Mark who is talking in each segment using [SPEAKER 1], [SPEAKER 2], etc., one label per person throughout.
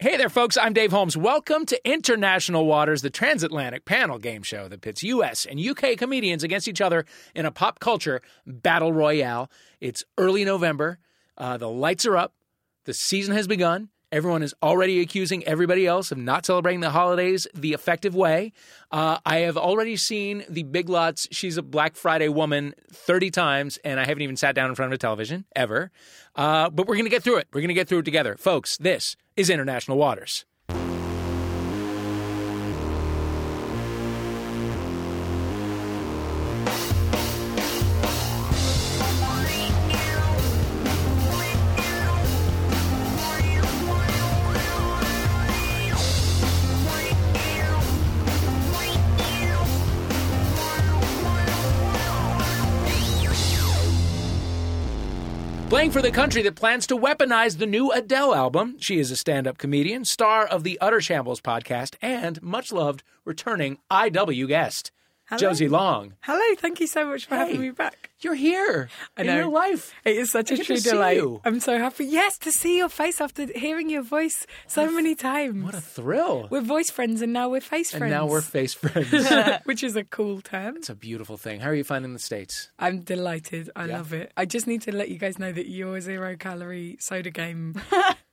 [SPEAKER 1] Hey there, folks. I'm Dave Holmes. Welcome to International Waters, the transatlantic panel game show that pits U.S. and U.K. comedians against each other in a pop culture battle royale. It's early November. Uh, the lights are up. The season has begun. Everyone is already accusing everybody else of not celebrating the holidays the effective way. Uh, I have already seen the Big Lots She's a Black Friday Woman 30 times, and I haven't even sat down in front of a television ever. Uh, but we're going to get through it. We're going to get through it together. Folks, this is International Waters. Playing for the country that plans to weaponize the new Adele album, she is a stand up comedian, star of the Utter Shambles podcast, and much loved returning IW guest,
[SPEAKER 2] Hello.
[SPEAKER 1] Josie Long.
[SPEAKER 2] Hello, thank you so much for
[SPEAKER 1] Hey.
[SPEAKER 2] having me back.
[SPEAKER 1] You're here
[SPEAKER 2] I
[SPEAKER 1] in
[SPEAKER 2] know.
[SPEAKER 1] real life.
[SPEAKER 2] It is such
[SPEAKER 1] I
[SPEAKER 2] a
[SPEAKER 1] get to
[SPEAKER 2] true
[SPEAKER 1] see
[SPEAKER 2] delight.
[SPEAKER 1] you.
[SPEAKER 2] I'm so happy. Yes, to see your face after hearing your voice so many times.
[SPEAKER 1] What a thrill.
[SPEAKER 2] we're voice friends and now we're face
[SPEAKER 1] and
[SPEAKER 2] friends.
[SPEAKER 1] now we're face friends. it's
[SPEAKER 2] which is a cool term.
[SPEAKER 1] a beautiful thing. How are you finding the States?
[SPEAKER 2] I'm delighted. I
[SPEAKER 1] Yeah.
[SPEAKER 2] love it. I just need to let you guys know that your zero calorie soda game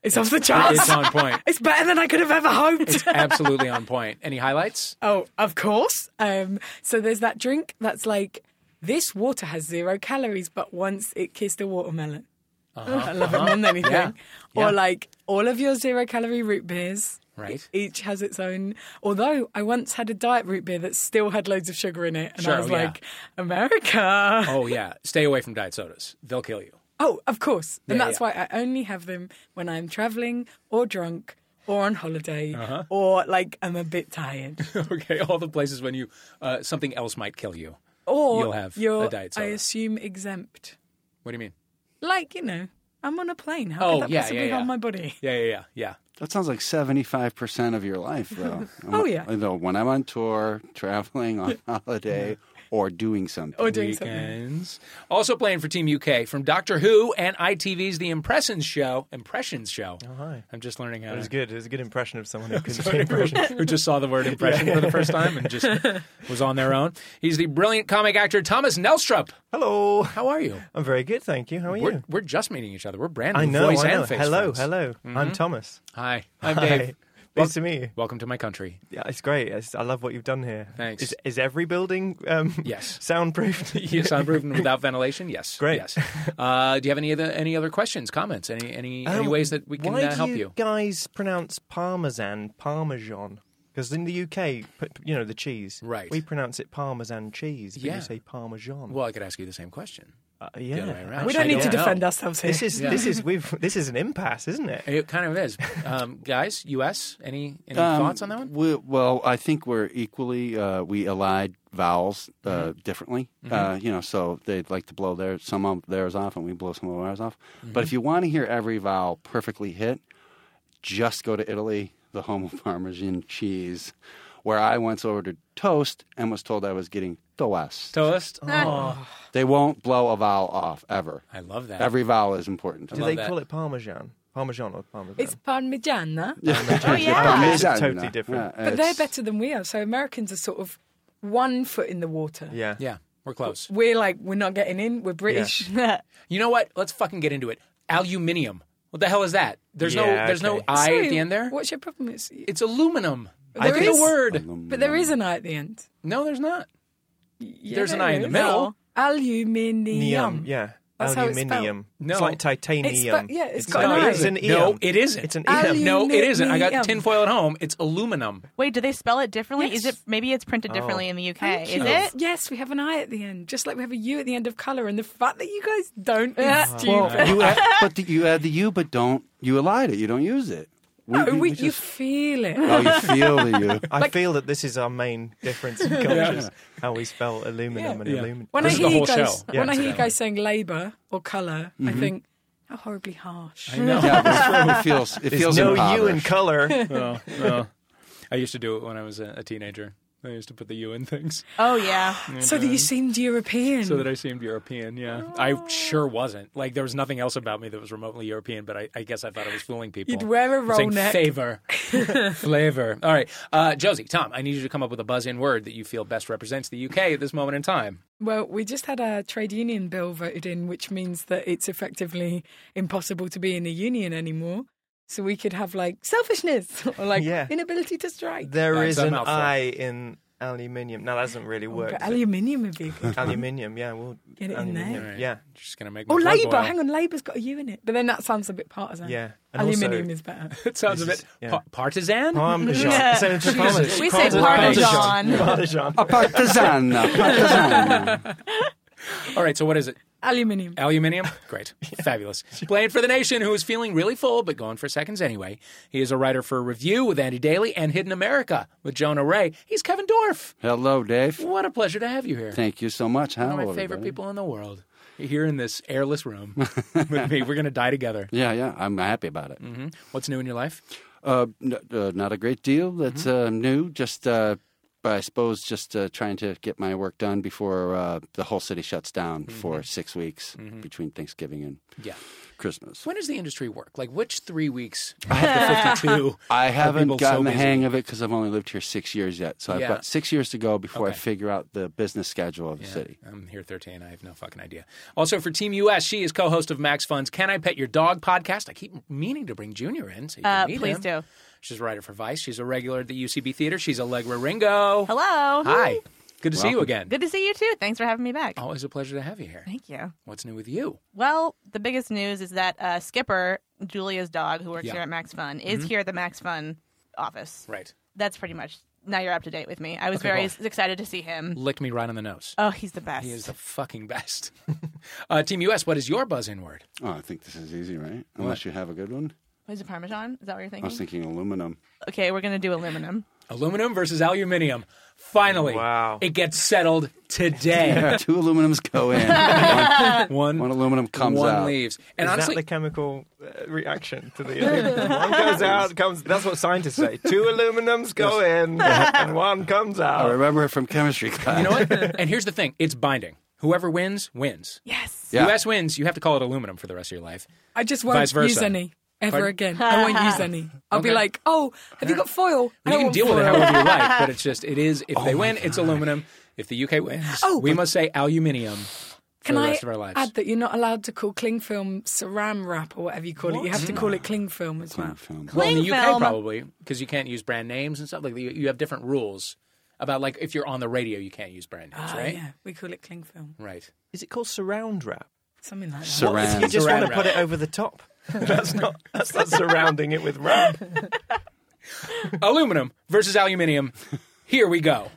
[SPEAKER 2] is off the charts.
[SPEAKER 1] It's on point.
[SPEAKER 2] It's better than I could have ever hoped.
[SPEAKER 1] Absolutely on point. Any highlights?
[SPEAKER 2] Oh, of course. Um, so there's that drink that's like this water has zero calories, but once it kissed a watermelon, I love it more than anything.
[SPEAKER 1] Uh-huh. Yeah. Yeah.
[SPEAKER 2] Or like all of your zero calorie root beers.
[SPEAKER 1] Right.
[SPEAKER 2] Each has its own. Although I once had a diet root beer that still had loads of sugar in it, and
[SPEAKER 1] Sure,
[SPEAKER 2] I was
[SPEAKER 1] yeah.
[SPEAKER 2] like, America.
[SPEAKER 1] Oh, yeah. Stay away from diet sodas. They'll kill you.
[SPEAKER 2] Oh, of course. And
[SPEAKER 1] Yeah,
[SPEAKER 2] that's
[SPEAKER 1] yeah.
[SPEAKER 2] why I only have them when I'm traveling or drunk or on holiday
[SPEAKER 1] Uh-huh.
[SPEAKER 2] or like I'm a bit tired.
[SPEAKER 1] okay. All the places when you, uh, something else might kill you.
[SPEAKER 2] Or
[SPEAKER 1] You'll have a
[SPEAKER 2] you're,
[SPEAKER 1] diet
[SPEAKER 2] I
[SPEAKER 1] soda.
[SPEAKER 2] assume exempt.
[SPEAKER 1] What do you mean?
[SPEAKER 2] Like, you know, I'm on a plane. How
[SPEAKER 1] Oh,
[SPEAKER 2] could that
[SPEAKER 1] yeah, yeah,
[SPEAKER 2] possibly
[SPEAKER 1] yeah.
[SPEAKER 2] harm my body?
[SPEAKER 1] Yeah, yeah, yeah, yeah.
[SPEAKER 3] That sounds like 75% of your life, though.
[SPEAKER 2] Oh, yeah.
[SPEAKER 3] Though when I'm on tour, traveling, on holiday, or doing something.
[SPEAKER 2] Or doing something.
[SPEAKER 1] Weekends. Also playing for Team UK from Doctor Who and ITV's The Impressions Show. Impressions Show. Oh, hi. I'm just learning how
[SPEAKER 4] It was
[SPEAKER 1] to.
[SPEAKER 4] good. It was a good impression of someone who couldn't say impression.
[SPEAKER 1] who just saw the word impression for the first time and just was on their own. He's the brilliant comic actor Thomas Nelstrup.
[SPEAKER 4] Hello.
[SPEAKER 1] How are you?
[SPEAKER 4] I'm very good, thank you. How are
[SPEAKER 1] We're,
[SPEAKER 4] you?
[SPEAKER 1] we're just meeting each other. We're brand new
[SPEAKER 4] I know.
[SPEAKER 1] voice
[SPEAKER 4] I know.
[SPEAKER 1] and face
[SPEAKER 4] hello,
[SPEAKER 1] friends.
[SPEAKER 4] hello. I'm Thomas.
[SPEAKER 1] Hi, I'm
[SPEAKER 4] Hi.
[SPEAKER 1] Dave. Wel-
[SPEAKER 4] Nice to meet you.
[SPEAKER 1] Welcome to my country.
[SPEAKER 4] Yeah, it's great. It's, I love what you've done here.
[SPEAKER 1] Thanks.
[SPEAKER 4] Is, is every building um,
[SPEAKER 1] Yes.
[SPEAKER 4] soundproofed?
[SPEAKER 1] Yes, I'm proven without ventilation. Yes,
[SPEAKER 4] Great.
[SPEAKER 1] Yes. Uh, do you have any other any other questions, comments, any any any
[SPEAKER 4] Um,
[SPEAKER 1] ways that we can
[SPEAKER 4] Why
[SPEAKER 1] uh, help
[SPEAKER 4] do
[SPEAKER 1] you?
[SPEAKER 4] you guys pronounce parmesan parmesan? Because in the UK, p- you know the cheese.
[SPEAKER 1] Right.
[SPEAKER 4] We pronounce it parmesan cheese, but
[SPEAKER 1] Yeah.
[SPEAKER 4] you say parmesan.
[SPEAKER 1] Well, I could ask you the same question.
[SPEAKER 4] Uh, yeah.
[SPEAKER 1] other way around.
[SPEAKER 2] We don't
[SPEAKER 1] Actually,
[SPEAKER 2] need to
[SPEAKER 1] yeah.
[SPEAKER 2] defend ourselves here.
[SPEAKER 4] This is this is we've this is an impasse, isn't it?
[SPEAKER 1] It kind of is, um, guys. U.S. Any any
[SPEAKER 3] Um,
[SPEAKER 1] thoughts on that one?
[SPEAKER 3] We, well, I think we're equally, uh, we allied vowels uh,
[SPEAKER 1] Mm-hmm.
[SPEAKER 3] differently. Uh, you know, so they'd like to blow their, some of theirs off and we blow some of ours off.
[SPEAKER 1] Mm-hmm.
[SPEAKER 3] But if you want to hear every vowel perfectly hit, just go to Italy, the home of Parmesan cheese, where I once ordered toast and was told I was getting toast.
[SPEAKER 1] Toast.
[SPEAKER 3] They won't blow a vowel off ever.
[SPEAKER 1] I love that.
[SPEAKER 3] Every vowel is important.
[SPEAKER 4] Do
[SPEAKER 1] love
[SPEAKER 4] they
[SPEAKER 1] that.
[SPEAKER 4] call it parmesan? Parmesan or parmesan?
[SPEAKER 2] It's parmigiana,
[SPEAKER 5] Oh yeah.
[SPEAKER 4] It's totally different.
[SPEAKER 3] Yeah,
[SPEAKER 2] but they're
[SPEAKER 3] it's-
[SPEAKER 2] better than we are. So Americans are sort of one foot in the water.
[SPEAKER 4] yeah.
[SPEAKER 1] yeah, we're close.
[SPEAKER 2] We're like, we're not getting in. We're British.
[SPEAKER 1] You know what? Let's fucking get into it. Aluminium. What the hell is that? There's no
[SPEAKER 4] Yeah,
[SPEAKER 1] there's no
[SPEAKER 4] okay.
[SPEAKER 1] I
[SPEAKER 2] So,
[SPEAKER 1] at the end there.
[SPEAKER 2] What's your problem? It's,
[SPEAKER 1] It's aluminum.
[SPEAKER 2] I
[SPEAKER 1] Look at
[SPEAKER 2] think-
[SPEAKER 1] the word.
[SPEAKER 2] but there is an I at the end.
[SPEAKER 1] No, there's not.
[SPEAKER 2] Yeah,
[SPEAKER 1] There's an
[SPEAKER 2] there
[SPEAKER 1] I in the
[SPEAKER 2] is.
[SPEAKER 1] middle.
[SPEAKER 2] Aluminium.
[SPEAKER 4] Neum, yeah.
[SPEAKER 2] That's how it's spelled.
[SPEAKER 4] Aluminium.
[SPEAKER 1] No.
[SPEAKER 4] It's like titanium.
[SPEAKER 2] It's spe- yeah, it's got
[SPEAKER 4] not-
[SPEAKER 1] it
[SPEAKER 2] an I.
[SPEAKER 4] It's an
[SPEAKER 1] isn't. No,
[SPEAKER 4] eum.
[SPEAKER 1] it isn't.
[SPEAKER 4] It's an E
[SPEAKER 2] Alu-
[SPEAKER 4] eum.
[SPEAKER 1] No, it isn't. I got
[SPEAKER 2] Aluminium.
[SPEAKER 1] tinfoil at home. It's aluminum.
[SPEAKER 5] Wait, do they spell it differently? Is
[SPEAKER 2] Yes.
[SPEAKER 5] it maybe it's
[SPEAKER 1] Oh.
[SPEAKER 5] printed differently in the UK? Is it?
[SPEAKER 2] Yes, we have an I at the end, just like we have a U at the end of colour. And the fact that you guys don't is stupid.
[SPEAKER 3] Well, you add, but the, you add the U, but don't you allied it? You don't use it. We,
[SPEAKER 2] no,
[SPEAKER 3] we- we
[SPEAKER 2] we, you
[SPEAKER 3] just-
[SPEAKER 2] feel it.
[SPEAKER 3] oh, you feel the U.
[SPEAKER 4] I feel that this is our main difference in cultures, how we spell aluminum and
[SPEAKER 1] Yeah.
[SPEAKER 4] aluminum.
[SPEAKER 2] When
[SPEAKER 1] This
[SPEAKER 2] I
[SPEAKER 1] is
[SPEAKER 2] hear
[SPEAKER 1] the
[SPEAKER 2] you
[SPEAKER 1] whole
[SPEAKER 2] guys,
[SPEAKER 1] show.
[SPEAKER 2] when
[SPEAKER 4] Yeah.
[SPEAKER 2] I hear you guys saying labour or color I think how horribly harsh.
[SPEAKER 3] Yeah, but it feels. It
[SPEAKER 4] There's
[SPEAKER 3] feels
[SPEAKER 4] no U in
[SPEAKER 3] impoverished.
[SPEAKER 4] color.
[SPEAKER 1] No, no. I used to do it when I was a, a teenager. They used to put the U in things
[SPEAKER 5] Oh yeah.
[SPEAKER 2] So that you seemed European.
[SPEAKER 1] so that I seemed European. Yeah, I sure wasn't. Like there was nothing else about me that was remotely European, but I, I guess I thought I was fooling people.
[SPEAKER 2] You'd wear a
[SPEAKER 1] I'm saying
[SPEAKER 2] roll neck.
[SPEAKER 1] Favor, flavor. All right, uh, Josie, Tom, I need you to come up with a buzz-in word that you feel best represents the UK at this moment in time.
[SPEAKER 2] well, we just had a trade union bill voted in, which means that it's effectively impossible to be in a union anymore. So we could have like selfishness or like
[SPEAKER 4] Yeah.
[SPEAKER 2] inability to strike.
[SPEAKER 4] There
[SPEAKER 1] That's
[SPEAKER 4] is
[SPEAKER 1] a
[SPEAKER 4] an
[SPEAKER 1] mouthful.
[SPEAKER 4] I in aluminium. No, that doesn't really work.
[SPEAKER 2] Oh, But
[SPEAKER 4] is it?
[SPEAKER 2] aluminium would be a good.
[SPEAKER 4] aluminium, yeah. Well,
[SPEAKER 2] Get it in there.
[SPEAKER 4] aluminium,
[SPEAKER 1] All right.
[SPEAKER 4] Yeah,
[SPEAKER 1] Just gonna make. my
[SPEAKER 2] Or
[SPEAKER 1] blood
[SPEAKER 2] Oh, Labour.
[SPEAKER 1] boil.
[SPEAKER 2] Hang on, Labour's got a U in it. But then that sounds a bit partisan.
[SPEAKER 4] yeah. And also-
[SPEAKER 2] Aluminium is better.
[SPEAKER 1] It sounds a
[SPEAKER 4] This
[SPEAKER 1] bit
[SPEAKER 4] is- yeah.
[SPEAKER 1] pa- partisan.
[SPEAKER 4] Parmesan.
[SPEAKER 5] Yeah.
[SPEAKER 4] Senator Parmesan.
[SPEAKER 5] We say Parmesan.
[SPEAKER 4] Parmesan.
[SPEAKER 3] A partisan. a partisan.
[SPEAKER 1] All right, so what is it?
[SPEAKER 2] Aluminium.
[SPEAKER 1] Aluminium? Great. Fabulous. Playing for the nation, who is feeling really full, but going for seconds anyway. He is a writer for Review with Andy Daly and Hidden America with Jonah Ray. He's Kevin Dorff.
[SPEAKER 3] Hello, Dave.
[SPEAKER 1] What a pleasure to have you here.
[SPEAKER 3] Thank you so much. Hello,
[SPEAKER 1] One of my favorite
[SPEAKER 3] everybody.
[SPEAKER 1] people in the world. Here in this airless room with me. We're going to die together.
[SPEAKER 3] Yeah, yeah. I'm happy about it.
[SPEAKER 1] What's new in your life?
[SPEAKER 3] Uh, n- uh, not a great deal that's
[SPEAKER 1] Mm-hmm.
[SPEAKER 3] uh, new. Just, uh, but I suppose, just uh, trying to get my work done before uh, the whole city shuts down
[SPEAKER 1] Mm-hmm.
[SPEAKER 3] for six weeks between Thanksgiving and
[SPEAKER 1] Yeah.
[SPEAKER 3] Christmas.
[SPEAKER 1] When does the industry work? Like, which three weeks out of the 52?
[SPEAKER 3] I
[SPEAKER 1] are
[SPEAKER 3] haven't
[SPEAKER 1] people so
[SPEAKER 3] gotten the
[SPEAKER 1] busy?
[SPEAKER 3] hang of it because I've only lived here six years yet. So
[SPEAKER 1] Yeah.
[SPEAKER 3] I've got six years to go before I
[SPEAKER 1] Okay.
[SPEAKER 3] figure out the business schedule of the
[SPEAKER 1] Yeah,
[SPEAKER 3] city.
[SPEAKER 1] I'm here 13. I have no fucking idea. Also, for Team US, she is co host of Max Fund's Can I Pet Your Dog podcast. I keep meaning to bring Junior in. So you can
[SPEAKER 5] Uh,
[SPEAKER 1] meet
[SPEAKER 5] please
[SPEAKER 1] him.
[SPEAKER 5] do.
[SPEAKER 1] She's a writer for Vice. She's a regular at the UCB Theater. She's Allegra Ringo.
[SPEAKER 5] Hello.
[SPEAKER 1] Hi. Oh. Good to see you
[SPEAKER 3] Welcome.
[SPEAKER 1] again.
[SPEAKER 5] Good to see you too. Thanks for having me back.
[SPEAKER 1] Always a pleasure to have you here.
[SPEAKER 5] Thank you.
[SPEAKER 1] What's new with you?
[SPEAKER 5] Well, the biggest news is that uh, Skipper, Julia's dog, who works
[SPEAKER 1] Yeah. Mm-hmm.
[SPEAKER 5] here at Max Fun, is here at the Max Fun office.
[SPEAKER 1] Right.
[SPEAKER 5] That's pretty much. Now you're up to date with me. I was
[SPEAKER 1] Okay,
[SPEAKER 5] very
[SPEAKER 1] cool.
[SPEAKER 5] s- excited to see him.
[SPEAKER 1] Licked me right on the nose.
[SPEAKER 5] Oh, he's the best.
[SPEAKER 1] He is the fucking best. uh, Team US, what is your buzz in word?
[SPEAKER 3] Oh, I think this is easy, right? Unless you have a good one.
[SPEAKER 5] What is it Parmesan? Is that what you're
[SPEAKER 3] I
[SPEAKER 5] thinking?
[SPEAKER 1] Mm-hmm.
[SPEAKER 3] was thinking aluminum.
[SPEAKER 5] okay, we're gonna do aluminum.
[SPEAKER 1] Aluminum versus aluminium. Finally,
[SPEAKER 4] Wow.
[SPEAKER 1] it gets settled today.
[SPEAKER 3] Two aluminums go in. one,
[SPEAKER 1] One,
[SPEAKER 3] one aluminum comes
[SPEAKER 1] one
[SPEAKER 3] out.
[SPEAKER 1] leaves. And
[SPEAKER 4] Is
[SPEAKER 1] honestly,
[SPEAKER 4] that the chemical uh, reaction to the aluminum? one goes out, comes. That's what scientists say. Two aluminums go in, and one comes
[SPEAKER 3] I
[SPEAKER 4] out.
[SPEAKER 3] remember it from chemistry class.
[SPEAKER 1] You know what? and here's the thing: it's binding. Whoever wins wins.
[SPEAKER 5] Yes.
[SPEAKER 3] Yeah.
[SPEAKER 1] U.S. wins. You have to call it aluminum for the rest of your life.
[SPEAKER 2] I just
[SPEAKER 1] Vice
[SPEAKER 2] won't
[SPEAKER 1] versa.
[SPEAKER 2] use any ever
[SPEAKER 1] Pardon?
[SPEAKER 2] again. I won't use any. I'll be
[SPEAKER 1] Okay.
[SPEAKER 2] like, oh, have you got foil?
[SPEAKER 1] You
[SPEAKER 2] I don't
[SPEAKER 1] can
[SPEAKER 2] want
[SPEAKER 1] deal with it
[SPEAKER 2] foil.
[SPEAKER 1] however you like, but it's just it is.
[SPEAKER 3] Oh
[SPEAKER 1] If they win, it's aluminum. If the UK wins,
[SPEAKER 2] Oh,
[SPEAKER 1] we
[SPEAKER 2] but-
[SPEAKER 1] must say aluminium for
[SPEAKER 2] Can
[SPEAKER 1] the
[SPEAKER 2] I
[SPEAKER 1] rest of our lives.
[SPEAKER 2] add that you're not allowed to call cling film saran wrap or whatever you call it? You have to call it cling film as well.
[SPEAKER 3] Film.
[SPEAKER 1] well, in the
[SPEAKER 5] Cling
[SPEAKER 1] UK
[SPEAKER 5] film.
[SPEAKER 1] probably because you can't use brand names and stuff like that. You, you have different rules about like if you're on the radio, you can't use brand names,
[SPEAKER 2] Ah,
[SPEAKER 1] right?
[SPEAKER 2] yeah, we call it cling film,
[SPEAKER 1] Right.
[SPEAKER 4] Is it called surround wrap?
[SPEAKER 2] something like that.
[SPEAKER 3] Saran.
[SPEAKER 4] You just
[SPEAKER 1] Saran
[SPEAKER 4] want to put
[SPEAKER 1] wrap.
[SPEAKER 4] it over the top. That's not. That's not surrounding it with wrap.
[SPEAKER 1] aluminum versus aluminium. Here we go.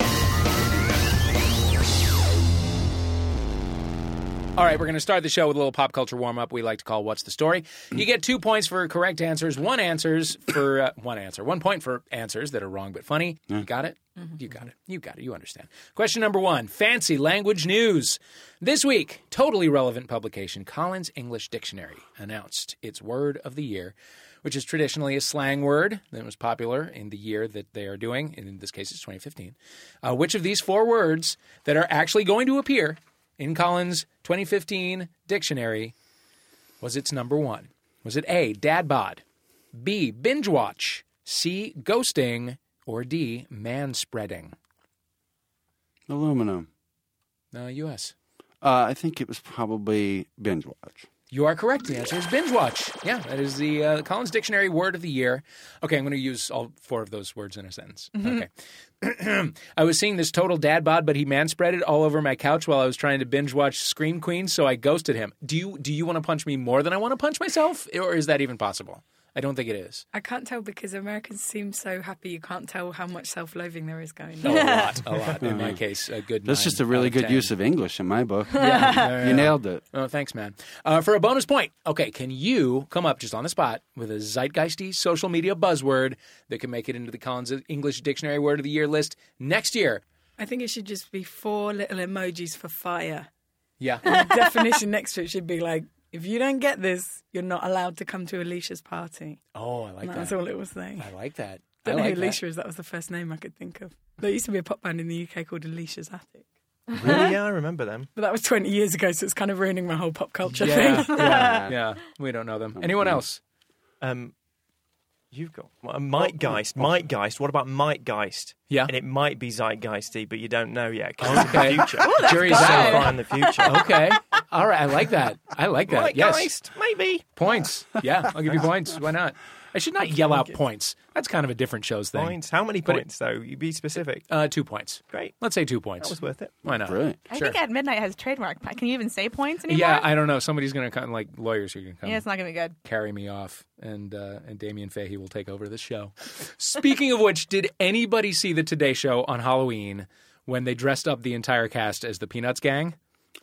[SPEAKER 1] All right, we're going to start the show with a little pop culture warm up. We like to call "What's the Story." You get two points for correct answers, one answers for uh, one answer, one point for answers that are wrong but funny. You got it. You got it. You got it. You understand. Question number one: Fancy language news. This week, totally relevant publication Collins English Dictionary announced its word of the year which is traditionally a slang word that was popular in the year that they are doing, and in this case it's 2015. Uh, which of these four words that are actually going to appear in Collins' 2015 dictionary was its number one? Was it A, dad bod, B, binge watch, C, ghosting, or D, man spreading?
[SPEAKER 3] Aluminum.
[SPEAKER 1] Uh, U.S.
[SPEAKER 3] Uh, I think it was probably binge watch.
[SPEAKER 1] You are correct. The answer is binge watch. Yeah, that is the uh, Collins Dictionary word of the year. Okay, I'm going to use all four of those words in a sentence. Okay. I was seeing this total dad bod, but he man spread it all over my couch while I was trying to binge watch Scream Queen, so I ghosted him. Do you do you want to punch me more than I want to punch myself, or is that even possible? I don't think it is.
[SPEAKER 2] I can't tell because Americans seem so happy. You can't tell how much self-loathing there is going
[SPEAKER 1] A
[SPEAKER 2] on.
[SPEAKER 1] lot, a lot. In my case, a good.
[SPEAKER 3] That's
[SPEAKER 1] nine
[SPEAKER 3] just a
[SPEAKER 1] out
[SPEAKER 3] really
[SPEAKER 1] of
[SPEAKER 3] good
[SPEAKER 1] 10.
[SPEAKER 3] use of English in my book.
[SPEAKER 1] Yeah.
[SPEAKER 3] you nailed it.
[SPEAKER 1] Oh, thanks, man. Uh, for a bonus point, okay, can you come up just on the spot with a zeitgeisty social media buzzword that can make it into the Collins English Dictionary Word of the Year list next year?
[SPEAKER 2] I think it should just be four little emojis for fire.
[SPEAKER 1] Yeah.
[SPEAKER 2] Definition next to it should be like, if you don't get this, you're not allowed to come to Alicia's party.
[SPEAKER 1] oh, I like
[SPEAKER 2] That's
[SPEAKER 1] that.
[SPEAKER 2] all it was saying.
[SPEAKER 1] I like that. I
[SPEAKER 2] Don't know
[SPEAKER 1] like
[SPEAKER 2] who
[SPEAKER 1] that.
[SPEAKER 2] Alicia is. That was the first name I could think of. There used to be a pop band in the UK called Alicia's Attic,
[SPEAKER 4] Really? Yeah, I remember them.
[SPEAKER 2] but that was 20 years ago, so it's kind of ruining my whole pop culture
[SPEAKER 1] Yeah,
[SPEAKER 2] thing.
[SPEAKER 1] yeah, yeah. We don't know
[SPEAKER 5] Oh,
[SPEAKER 1] them. Anyone
[SPEAKER 3] Mm.
[SPEAKER 1] else?
[SPEAKER 4] Um, you've got well, Mike Geist. Mike Geist. What about Mike Geist?
[SPEAKER 1] Yeah.
[SPEAKER 4] And it might be Zeitgeisty, but you don't know yet. 'cause it's
[SPEAKER 1] Okay.
[SPEAKER 4] in the future.
[SPEAKER 5] Oh,
[SPEAKER 1] Jury's
[SPEAKER 4] so
[SPEAKER 1] out.
[SPEAKER 4] far in the future.
[SPEAKER 1] Okay. All right. I like that. I like that.
[SPEAKER 4] Mike
[SPEAKER 1] yes.
[SPEAKER 4] Geist, maybe.
[SPEAKER 1] Points. Yeah. I'll give you points. Why not? I should not yell out points. That's kind of a different show's thing.
[SPEAKER 4] Points. How many
[SPEAKER 1] But it-
[SPEAKER 4] points, though? You be specific.
[SPEAKER 1] Uh, two points.
[SPEAKER 4] Great.
[SPEAKER 1] Let's say two
[SPEAKER 4] That
[SPEAKER 1] points.
[SPEAKER 4] was worth it.
[SPEAKER 1] Why not?
[SPEAKER 3] Brilliant.
[SPEAKER 5] I
[SPEAKER 1] Sure.
[SPEAKER 5] think At Midnight has trademark. Can you even say points anymore?
[SPEAKER 1] Yeah, I don't know. Somebody's going to come, like lawyers are going to come
[SPEAKER 5] yeah, it's not gonna be good.
[SPEAKER 1] carry me off, and uh, and Damien Fahey will take over the show. Speaking of which, did anybody see the Today Show on Halloween when they dressed up the entire cast as the Peanuts gang?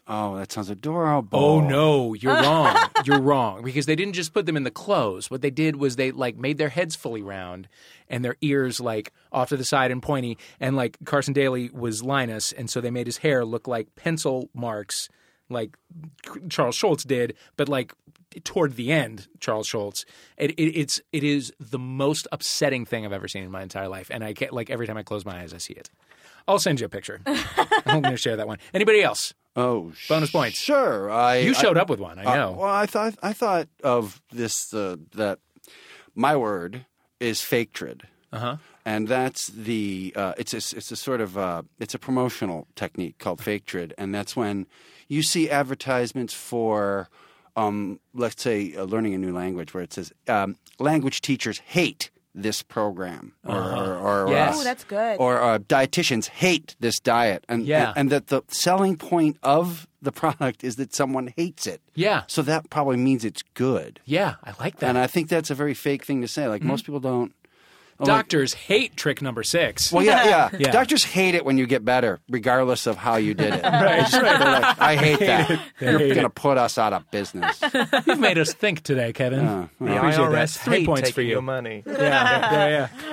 [SPEAKER 3] Oh, that sounds adorable.
[SPEAKER 1] Oh no, you're wrong. You're wrong because they didn't just put them in the clothes. What they did was they like made their heads fully round and their ears like off to the side and pointy. And like Carson Daly was Linus, and so they made his hair look like pencil marks, like Charles Schultz did, but like toward the end, Charles Schultz. It, it, it's it is the most upsetting thing I've ever seen in my entire life, and I get like every time I close my eyes, I see it. I'll send you a picture. I'm going to share that one. Anybody else?
[SPEAKER 3] Oh,
[SPEAKER 1] Bonus points.
[SPEAKER 3] Sure. I,
[SPEAKER 1] You
[SPEAKER 3] I-
[SPEAKER 1] showed up with one. I
[SPEAKER 3] Uh,
[SPEAKER 1] know.
[SPEAKER 3] well, I thought I thought of this uh, that my word is fake trid.
[SPEAKER 1] Uh-huh.
[SPEAKER 3] And that's the uh, it's a, it's a sort of uh, it's a promotional technique called fake trid, and that's when you see advertisements for um, let's say uh, learning a new language where it says um, language teachers hate this program or, or, or, or
[SPEAKER 1] Yes.
[SPEAKER 3] us.
[SPEAKER 1] Oh,
[SPEAKER 5] that's good.
[SPEAKER 3] Or uh, dietitians hate this diet, and
[SPEAKER 1] Yeah.
[SPEAKER 3] and that the selling point of the product is that someone hates it.
[SPEAKER 1] Yeah.
[SPEAKER 3] So that probably means it's good.
[SPEAKER 1] Yeah, I like that. Mm-hmm.
[SPEAKER 3] And I think that's a very fake thing to say. Like most people don't. oh, like-
[SPEAKER 1] Doctors hate trick number six.
[SPEAKER 3] well, yeah, yeah,
[SPEAKER 1] Yeah.
[SPEAKER 3] Doctors hate it when you get better, regardless of how you did it. They just- they're like, I hate that. You're
[SPEAKER 1] hate
[SPEAKER 3] going to put us out of business.
[SPEAKER 1] You've made us think today, Kevin.
[SPEAKER 3] Uh,
[SPEAKER 4] The
[SPEAKER 3] uh,
[SPEAKER 1] appreciate that.
[SPEAKER 4] IRS
[SPEAKER 1] Three
[SPEAKER 4] hate
[SPEAKER 1] points
[SPEAKER 4] taking
[SPEAKER 1] for you.
[SPEAKER 4] your money.
[SPEAKER 1] yeah, yeah,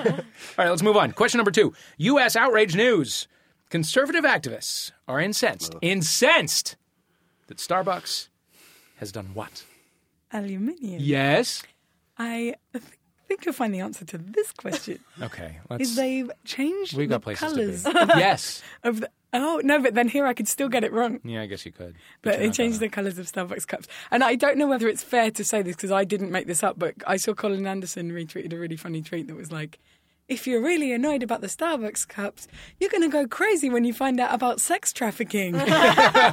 [SPEAKER 1] yeah. All right, let's move on. Question number two U.S. outrage news. Conservative activists are incensed, incensed that Starbucks has done what?
[SPEAKER 2] Aluminium.
[SPEAKER 1] Yes.
[SPEAKER 2] I th- think you'll find the answer to this question
[SPEAKER 1] Okay. Let's.
[SPEAKER 2] is they've changed
[SPEAKER 1] we've got
[SPEAKER 2] the
[SPEAKER 1] places
[SPEAKER 2] colours
[SPEAKER 1] to be. yes.
[SPEAKER 2] of the. Oh no, but then here I could still get it wrong.
[SPEAKER 1] Yeah, I guess you could.
[SPEAKER 2] But
[SPEAKER 1] you're
[SPEAKER 2] they
[SPEAKER 1] not
[SPEAKER 2] changed
[SPEAKER 1] gonna.
[SPEAKER 2] the colours of Starbucks cups. And I don't know whether it's fair to say this because I didn't make this up, but I saw Colin Anderson retweeted a really funny tweet that was like, if you're really annoyed about the Starbucks cups, you're going to go crazy when you find out about sex trafficking.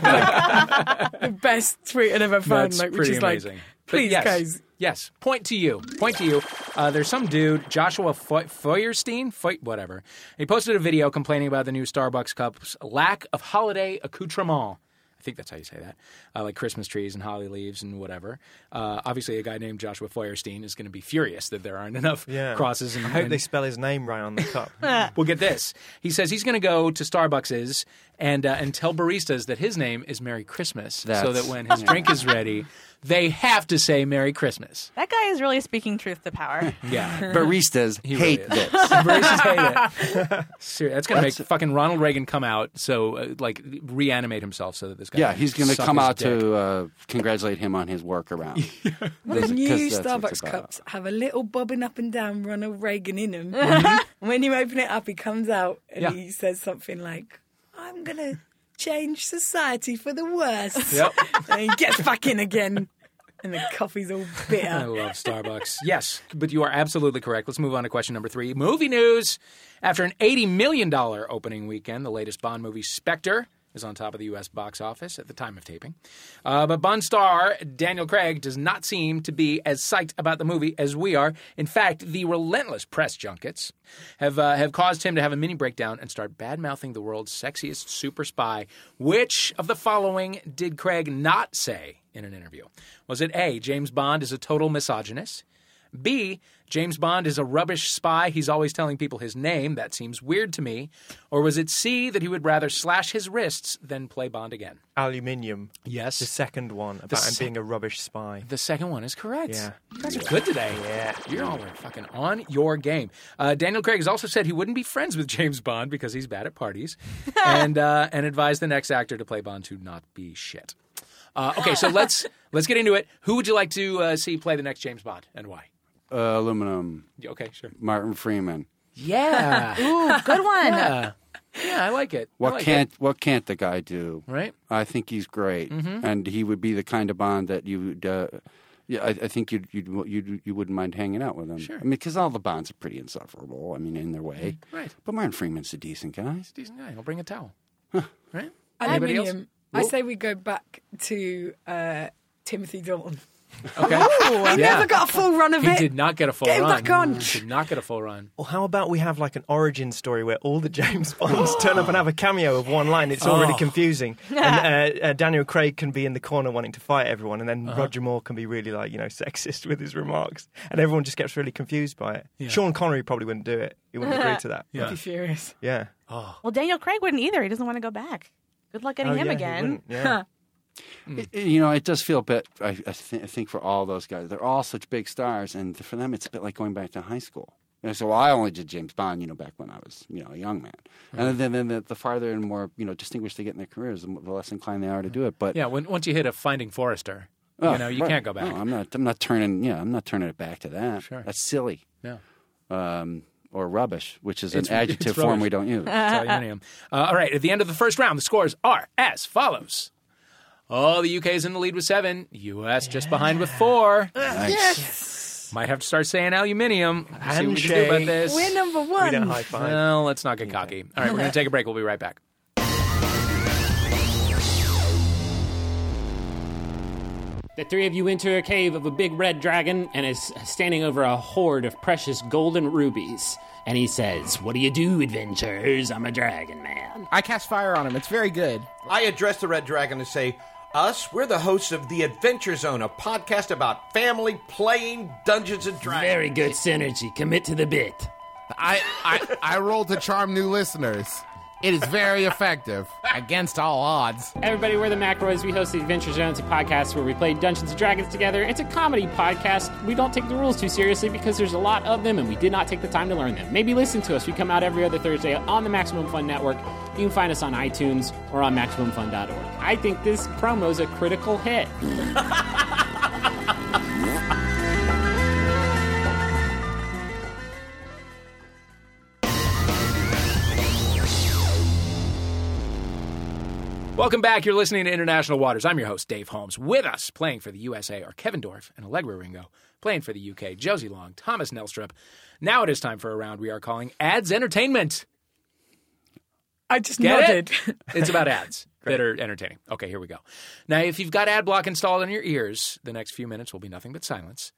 [SPEAKER 2] Like, the best tweet I've ever found,
[SPEAKER 1] That's
[SPEAKER 2] like, which
[SPEAKER 1] pretty
[SPEAKER 2] is
[SPEAKER 1] amazing.
[SPEAKER 2] like,
[SPEAKER 1] But
[SPEAKER 2] please,
[SPEAKER 1] yes,
[SPEAKER 2] guys.
[SPEAKER 1] Yes. Point to you. Point to you. Uh, there's some dude, Joshua Fe- Feuerstein, Fe- whatever. He posted a video complaining about the new Starbucks cup's lack of holiday accoutrement. I think that's how you say that, uh, like Christmas trees and holly leaves and whatever. Uh, obviously, a guy named Joshua Feuerstein is going to be furious that there aren't enough
[SPEAKER 4] Yeah.
[SPEAKER 1] crosses. And,
[SPEAKER 4] I hope
[SPEAKER 1] and-
[SPEAKER 4] they spell his name right on the cup.
[SPEAKER 1] well, get this. He says he's going to go to Starbucks and uh, and tell baristas that his name is Merry Christmas, so
[SPEAKER 3] That's-
[SPEAKER 1] that when his drink is ready, they have to say Merry Christmas.
[SPEAKER 5] That guy is really speaking truth to power.
[SPEAKER 1] Yeah,
[SPEAKER 3] baristas
[SPEAKER 1] really
[SPEAKER 3] hate
[SPEAKER 1] is.
[SPEAKER 3] this.
[SPEAKER 1] baristas hate it. Seriously, that's going to make fucking Ronald Reagan come out, so uh, like reanimate himself, so that this guy.
[SPEAKER 3] Yeah, he's going to
[SPEAKER 1] suck
[SPEAKER 3] come
[SPEAKER 1] his
[SPEAKER 3] out
[SPEAKER 1] dick.
[SPEAKER 3] to uh, congratulate him on his work around.
[SPEAKER 2] Well, the
[SPEAKER 3] Because
[SPEAKER 2] new
[SPEAKER 3] that's what it's
[SPEAKER 2] Starbucks
[SPEAKER 3] about.
[SPEAKER 2] cups have a little bobbing up and down Ronald Reagan in them. when you open it up, he comes out and
[SPEAKER 1] Mm-hmm. Yeah.
[SPEAKER 2] he says something like, I'm going to change society for the worse.
[SPEAKER 1] Yep.
[SPEAKER 2] and he gets back in again. And the coffee's all
[SPEAKER 1] I
[SPEAKER 2] bitter.
[SPEAKER 1] love Starbucks. yes, but you are absolutely correct. Let's move on to question number three. Movie news. After an $80 million opening weekend, the latest Bond movie, Spectre, is on top of the U.S. box office at the time of taping. Uh, but Bond star Daniel Craig does not seem to be as psyched about the movie as we are. In fact, the relentless press junkets have, uh, have caused him to have a mini breakdown and start bad mouthing the world's sexiest super spy. Which of the following did Craig not say in an interview? Was it A, James Bond is a total misogynist? B, James Bond is a rubbish spy. He's always telling people his name. That seems weird to me. Or was it C, that he would rather slash his wrists than play Bond again?
[SPEAKER 4] Aluminium.
[SPEAKER 1] Yes.
[SPEAKER 4] The second one about him
[SPEAKER 1] sec-
[SPEAKER 4] being a rubbish spy.
[SPEAKER 1] The second one is correct.
[SPEAKER 4] Yeah.
[SPEAKER 1] You guys are good today. Yeah. You're all fucking on your game. Uh, Daniel Craig has also said he wouldn't be friends with James Bond because he's bad at parties and, uh, and advised the next actor to play Bond to not be shit. Uh, okay, so let's let's get into it. Who would you like to uh, see play the next James Bond and why?
[SPEAKER 3] Uh, aluminum,
[SPEAKER 1] Okay, sure.
[SPEAKER 3] Martin Freeman.
[SPEAKER 1] Yeah.
[SPEAKER 5] Ooh, good one.
[SPEAKER 1] yeah. Yeah, I like it. I
[SPEAKER 3] What
[SPEAKER 1] like
[SPEAKER 3] can't what can't the guy do?
[SPEAKER 1] it. right?
[SPEAKER 3] I think he's great,
[SPEAKER 1] Mm-hmm.
[SPEAKER 3] and he would be the kind of Bond that you. would, Uh, yeah, I, I think you'd, you'd you'd you wouldn't mind hanging out with him.
[SPEAKER 1] Sure. Mm-hmm.
[SPEAKER 3] I mean, because all the Bonds are pretty insufferable. I mean, in their way.
[SPEAKER 1] Right.
[SPEAKER 3] But Martin Freeman's a decent guy.
[SPEAKER 1] He's a decent guy. He'll bring a towel. Right? Anybody else?
[SPEAKER 2] Aluminium. I say we go back to uh, Timothy Dalton.
[SPEAKER 1] Okay.
[SPEAKER 2] He
[SPEAKER 1] Yeah.
[SPEAKER 2] never got a full run of
[SPEAKER 1] He
[SPEAKER 2] it.
[SPEAKER 1] did not get a full
[SPEAKER 2] Get him
[SPEAKER 1] run.
[SPEAKER 2] back on.
[SPEAKER 1] He did not get a full run.
[SPEAKER 4] Well, how about we have like an origin story where all the James Bonds turn up and have a cameo of one line? It's already confusing. and uh, uh, Daniel Craig can be in the corner wanting to fight everyone, and then Roger Moore can be really like, you know, sexist with his remarks. And everyone just gets really confused by it.
[SPEAKER 1] Yeah.
[SPEAKER 4] Sean Connery probably wouldn't do it. He wouldn't agree to that.
[SPEAKER 1] Yeah.
[SPEAKER 2] I'd be furious.
[SPEAKER 4] Yeah.
[SPEAKER 5] Well, Daniel Craig wouldn't either. He doesn't want to go back. Good luck getting
[SPEAKER 4] Oh,
[SPEAKER 5] him
[SPEAKER 4] yeah, he
[SPEAKER 5] again.
[SPEAKER 4] wouldn't. Yeah.
[SPEAKER 1] Mm.
[SPEAKER 3] It- it- you know, it does feel a bit. I, I, th- I think for all those guys, they're all such big stars, and for them, it's a bit like going back to high school. And so, well, I only did James Bond, you know, back when I was, you know, a young man. And then, then the, the farther and more, you know, distinguished they get in their careers, the, more- the less inclined they are to do it. But
[SPEAKER 1] Yeah, when, once you hit a Finding Forrester,
[SPEAKER 3] Oh,
[SPEAKER 1] you know, you
[SPEAKER 3] right. Oh,
[SPEAKER 1] can't go back.
[SPEAKER 3] No, I'm not. I'm not turning. Yeah, I'm not turning it back to that.
[SPEAKER 1] Sure.
[SPEAKER 3] That's silly.
[SPEAKER 1] Yeah.
[SPEAKER 3] Um, or rubbish, which is
[SPEAKER 1] It's-
[SPEAKER 3] an adjective
[SPEAKER 1] it's
[SPEAKER 3] form
[SPEAKER 1] rubbish.
[SPEAKER 3] we don't use.
[SPEAKER 1] Titanium. Uh, all right, at the end of the first round, the scores are as follows. Oh, the UK is in the lead with seven. US just behind with four. Might have to start saying aluminium. We'll See what we can do about
[SPEAKER 4] Handshake.
[SPEAKER 1] this.
[SPEAKER 2] We're number
[SPEAKER 4] We don't
[SPEAKER 2] one.
[SPEAKER 4] high five.
[SPEAKER 1] Well, let's not get cocky. All right, we're going to take a break. We'll be right back.
[SPEAKER 6] The three of you enter a cave of a big red dragon and is standing over a hoard of precious golden rubies. And he says, What do you do, adventurers? I'm a dragon man.
[SPEAKER 7] I cast fire on him. It's very good.
[SPEAKER 8] I address the Red Dragon to say, Us, we're the hosts of The Adventure Zone, a podcast about family playing Dungeons and Dragons.
[SPEAKER 6] Very good synergy. Commit to the bit.
[SPEAKER 7] I, I, I roll to charm new listeners. It is very effective against all odds.
[SPEAKER 6] Everybody, we're the Macroys. We host the Adventure Zones, a podcast where we play Dungeons and Dragons together. It's a comedy podcast. We don't take the rules too seriously because there's a lot of them and we did not take the time to learn them. Maybe listen to us. We come out every other Thursday on the Maximum Fun Network. You can find us on iTunes or on MaximumFun.org. I think this promo is a critical hit.
[SPEAKER 1] Welcome back. You're listening to International Waters. I'm your host, Dave Holmes. With us playing for the USA are Kevin Dorff and Allegra Ringo. Playing for the UK, Josie Long, Thomas Nelstrup. Now it is time for a round we are calling Ads Entertainment.
[SPEAKER 2] I just
[SPEAKER 1] Get
[SPEAKER 2] nodded.
[SPEAKER 1] it? It's about ads that are entertaining. Okay, here we go. Now, if you've got ad block installed on your ears, the next few minutes will be nothing but silence.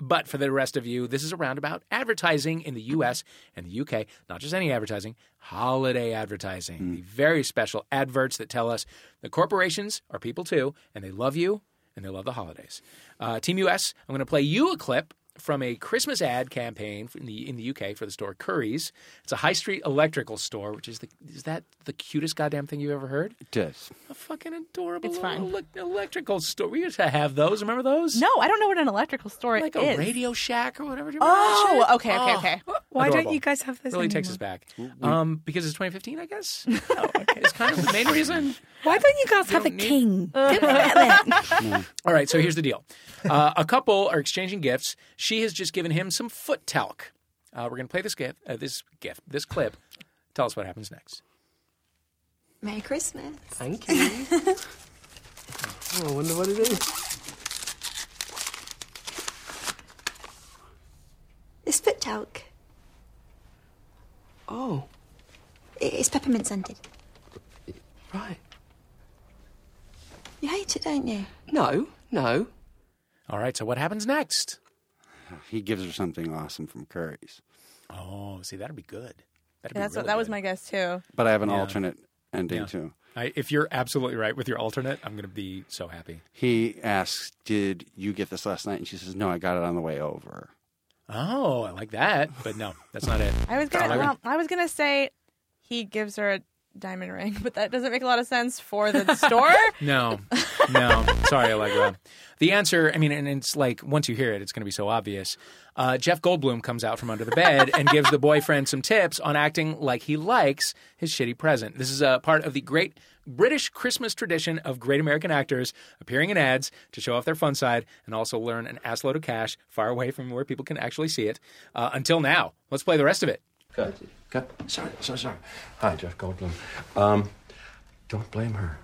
[SPEAKER 1] but for the rest of you, this is a round about advertising in the US and the UK. Not just any advertising, holiday advertising. The very special adverts that tell us the corporations are people too, and they love you and they love the holidays. Uh, Team US, I'm going to play you a clip. From a Christmas ad campaign in the in the UK for the store Curry's, it's a high street electrical store, which is the is that the cutest goddamn thing you've ever heard?
[SPEAKER 3] It is.
[SPEAKER 1] A fucking adorable
[SPEAKER 5] It's fine.
[SPEAKER 1] little elec- electrical store. We used to have those. Remember those?
[SPEAKER 5] No, I don't know what an electrical store
[SPEAKER 1] like
[SPEAKER 5] is.
[SPEAKER 1] a Radio Shack or whatever. Do you remember that
[SPEAKER 5] Oh,
[SPEAKER 1] shit?
[SPEAKER 5] okay, okay, okay.
[SPEAKER 2] Why
[SPEAKER 1] Adorable.
[SPEAKER 2] don't you guys have this?
[SPEAKER 1] Really
[SPEAKER 2] anymore?
[SPEAKER 1] takes us back. Um, because it's 2015, I guess.
[SPEAKER 5] Oh,
[SPEAKER 1] It's kind of the main reason.
[SPEAKER 2] Why don't you guys have a
[SPEAKER 1] need-
[SPEAKER 2] king? Give me that then.
[SPEAKER 1] All right, so here's the deal. Uh, a couple are exchanging gifts. She has just given him some foot talc. Uh, we're gonna play this gift, uh, this gift, this clip. Tell us what happens next.
[SPEAKER 9] Merry Christmas.
[SPEAKER 10] Thank you. oh, I wonder what it is.
[SPEAKER 9] It's foot talc.
[SPEAKER 10] Oh,
[SPEAKER 9] I- It's peppermint scented.
[SPEAKER 10] right.
[SPEAKER 9] You hate it, don't you?
[SPEAKER 10] No, no.
[SPEAKER 1] All right, so what happens next?
[SPEAKER 3] He gives her something awesome from Curry's,
[SPEAKER 1] Oh, see, that'd be good. That'd
[SPEAKER 5] That's
[SPEAKER 1] be really
[SPEAKER 5] that was
[SPEAKER 1] good.
[SPEAKER 5] my guess too.
[SPEAKER 3] but I have an alternate ending too.
[SPEAKER 1] I, if you're absolutely right with your alternate, I'm gonna be so happy.
[SPEAKER 3] He asks, "Did you get this last night?" And she says, "No, I got it on the way over."
[SPEAKER 1] Oh, I like that, but no, that's not it.
[SPEAKER 5] I was gonna.
[SPEAKER 1] Eleven.
[SPEAKER 5] Well, I was gonna say he gives her a diamond ring, but that doesn't make a lot of sense for the store.
[SPEAKER 1] No, no. Sorry, Allegra. The answer, I mean, and it's like once you hear it, it's going to be so obvious. Uh, Jeff Goldblum comes out from under the bed and gives the boyfriend some tips on acting like he likes his shitty present. This is a part of the great British Christmas tradition of great American actors appearing in ads to show off their fun side and also learn an assload of cash far away from where people can actually see it. Uh, until now, let's play the rest of it.
[SPEAKER 11] Curtis. Cur- sorry, sorry, sorry. Hi, Jeff Goldblum. Um, don't blame her.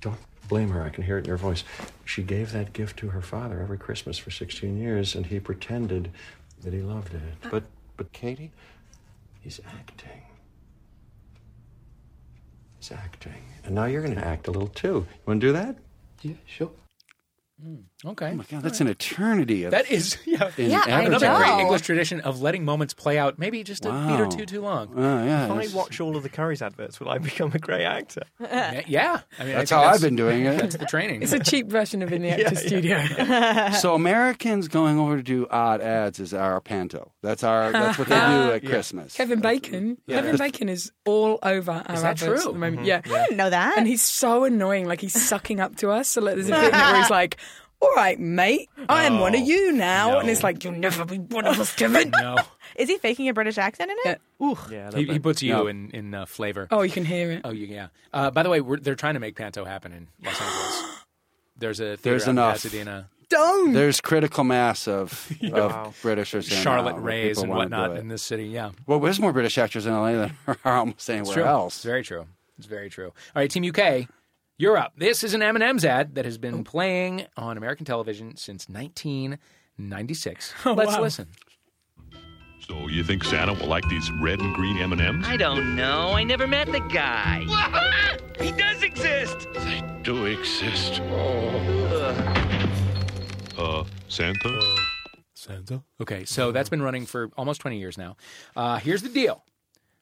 [SPEAKER 11] Don't blame her. I can hear it in your voice. She gave that gift to her father every Christmas for 16 years, and he pretended that he loved it. But, but Katie, he's acting. He's acting. And now you're going to act a little too. You want to do that? Yeah, sure.
[SPEAKER 1] Okay.
[SPEAKER 3] Oh my God, that's an eternity. Of
[SPEAKER 1] That is yeah,
[SPEAKER 3] in
[SPEAKER 1] another great
[SPEAKER 3] advertising.
[SPEAKER 1] English tradition of letting moments play out, maybe just a beat or
[SPEAKER 3] Wow.
[SPEAKER 1] two too long.
[SPEAKER 3] Oh, yeah,
[SPEAKER 4] if I
[SPEAKER 3] that's-
[SPEAKER 4] watch all of the Curry's adverts, will I become a great actor?
[SPEAKER 1] Yeah, yeah. I mean, I
[SPEAKER 3] That's
[SPEAKER 1] think
[SPEAKER 3] how I've been doing it.
[SPEAKER 1] That's the training.
[SPEAKER 2] It's a cheap version of in the actor's studio.
[SPEAKER 3] so Americans going over to do odd ads is our panto. That's our. That's what they do at Christmas.
[SPEAKER 2] Kevin Bacon.
[SPEAKER 3] Yeah.
[SPEAKER 2] Kevin Bacon is all over our
[SPEAKER 1] Is that
[SPEAKER 2] adverts
[SPEAKER 1] true?
[SPEAKER 2] at the moment.
[SPEAKER 1] Mhm.
[SPEAKER 2] Yeah.
[SPEAKER 1] I didn't
[SPEAKER 2] know that. And he's so annoying. Like he's sucking up to us. So like, there's a bit in it where he's like, "All right, mate, I am one of you now," and it's like, "You'll never be one of us, Kevin."
[SPEAKER 1] Oh, no,
[SPEAKER 5] Is he faking a British accent in it?
[SPEAKER 4] Yeah,
[SPEAKER 1] he, he puts you in in uh, flavor.
[SPEAKER 2] Oh, you can hear it.
[SPEAKER 1] Oh, you, yeah. Uh, by the way, we're, they're trying to make Panto happen in Los Angeles. There's a theater
[SPEAKER 3] There's
[SPEAKER 1] out in
[SPEAKER 3] enough.
[SPEAKER 1] Pasadena,
[SPEAKER 2] Don't.
[SPEAKER 3] There's critical mass of of Britishers, in
[SPEAKER 1] Charlotte
[SPEAKER 3] now, where
[SPEAKER 1] Rays
[SPEAKER 3] people
[SPEAKER 1] and
[SPEAKER 3] wanna do
[SPEAKER 1] whatnot
[SPEAKER 3] it.
[SPEAKER 1] in this city. Yeah,
[SPEAKER 3] Well, there's more British actors in LA than there are almost
[SPEAKER 1] it's
[SPEAKER 3] anywhere
[SPEAKER 1] true.
[SPEAKER 3] else.
[SPEAKER 1] It's very true. It's very true. All right, Team UK, you're up. This is an M&M's ad that has been playing on American television since 1996. Let's
[SPEAKER 2] wow.
[SPEAKER 1] listen.
[SPEAKER 12] So you think Santa will like these red and green M&Ms?
[SPEAKER 13] I don't know. I never met the guy. He does exist.
[SPEAKER 12] Do exist. Uh, Santa?
[SPEAKER 1] Santa. Okay, so that's been running for almost 20 years now. Uh, here's the deal: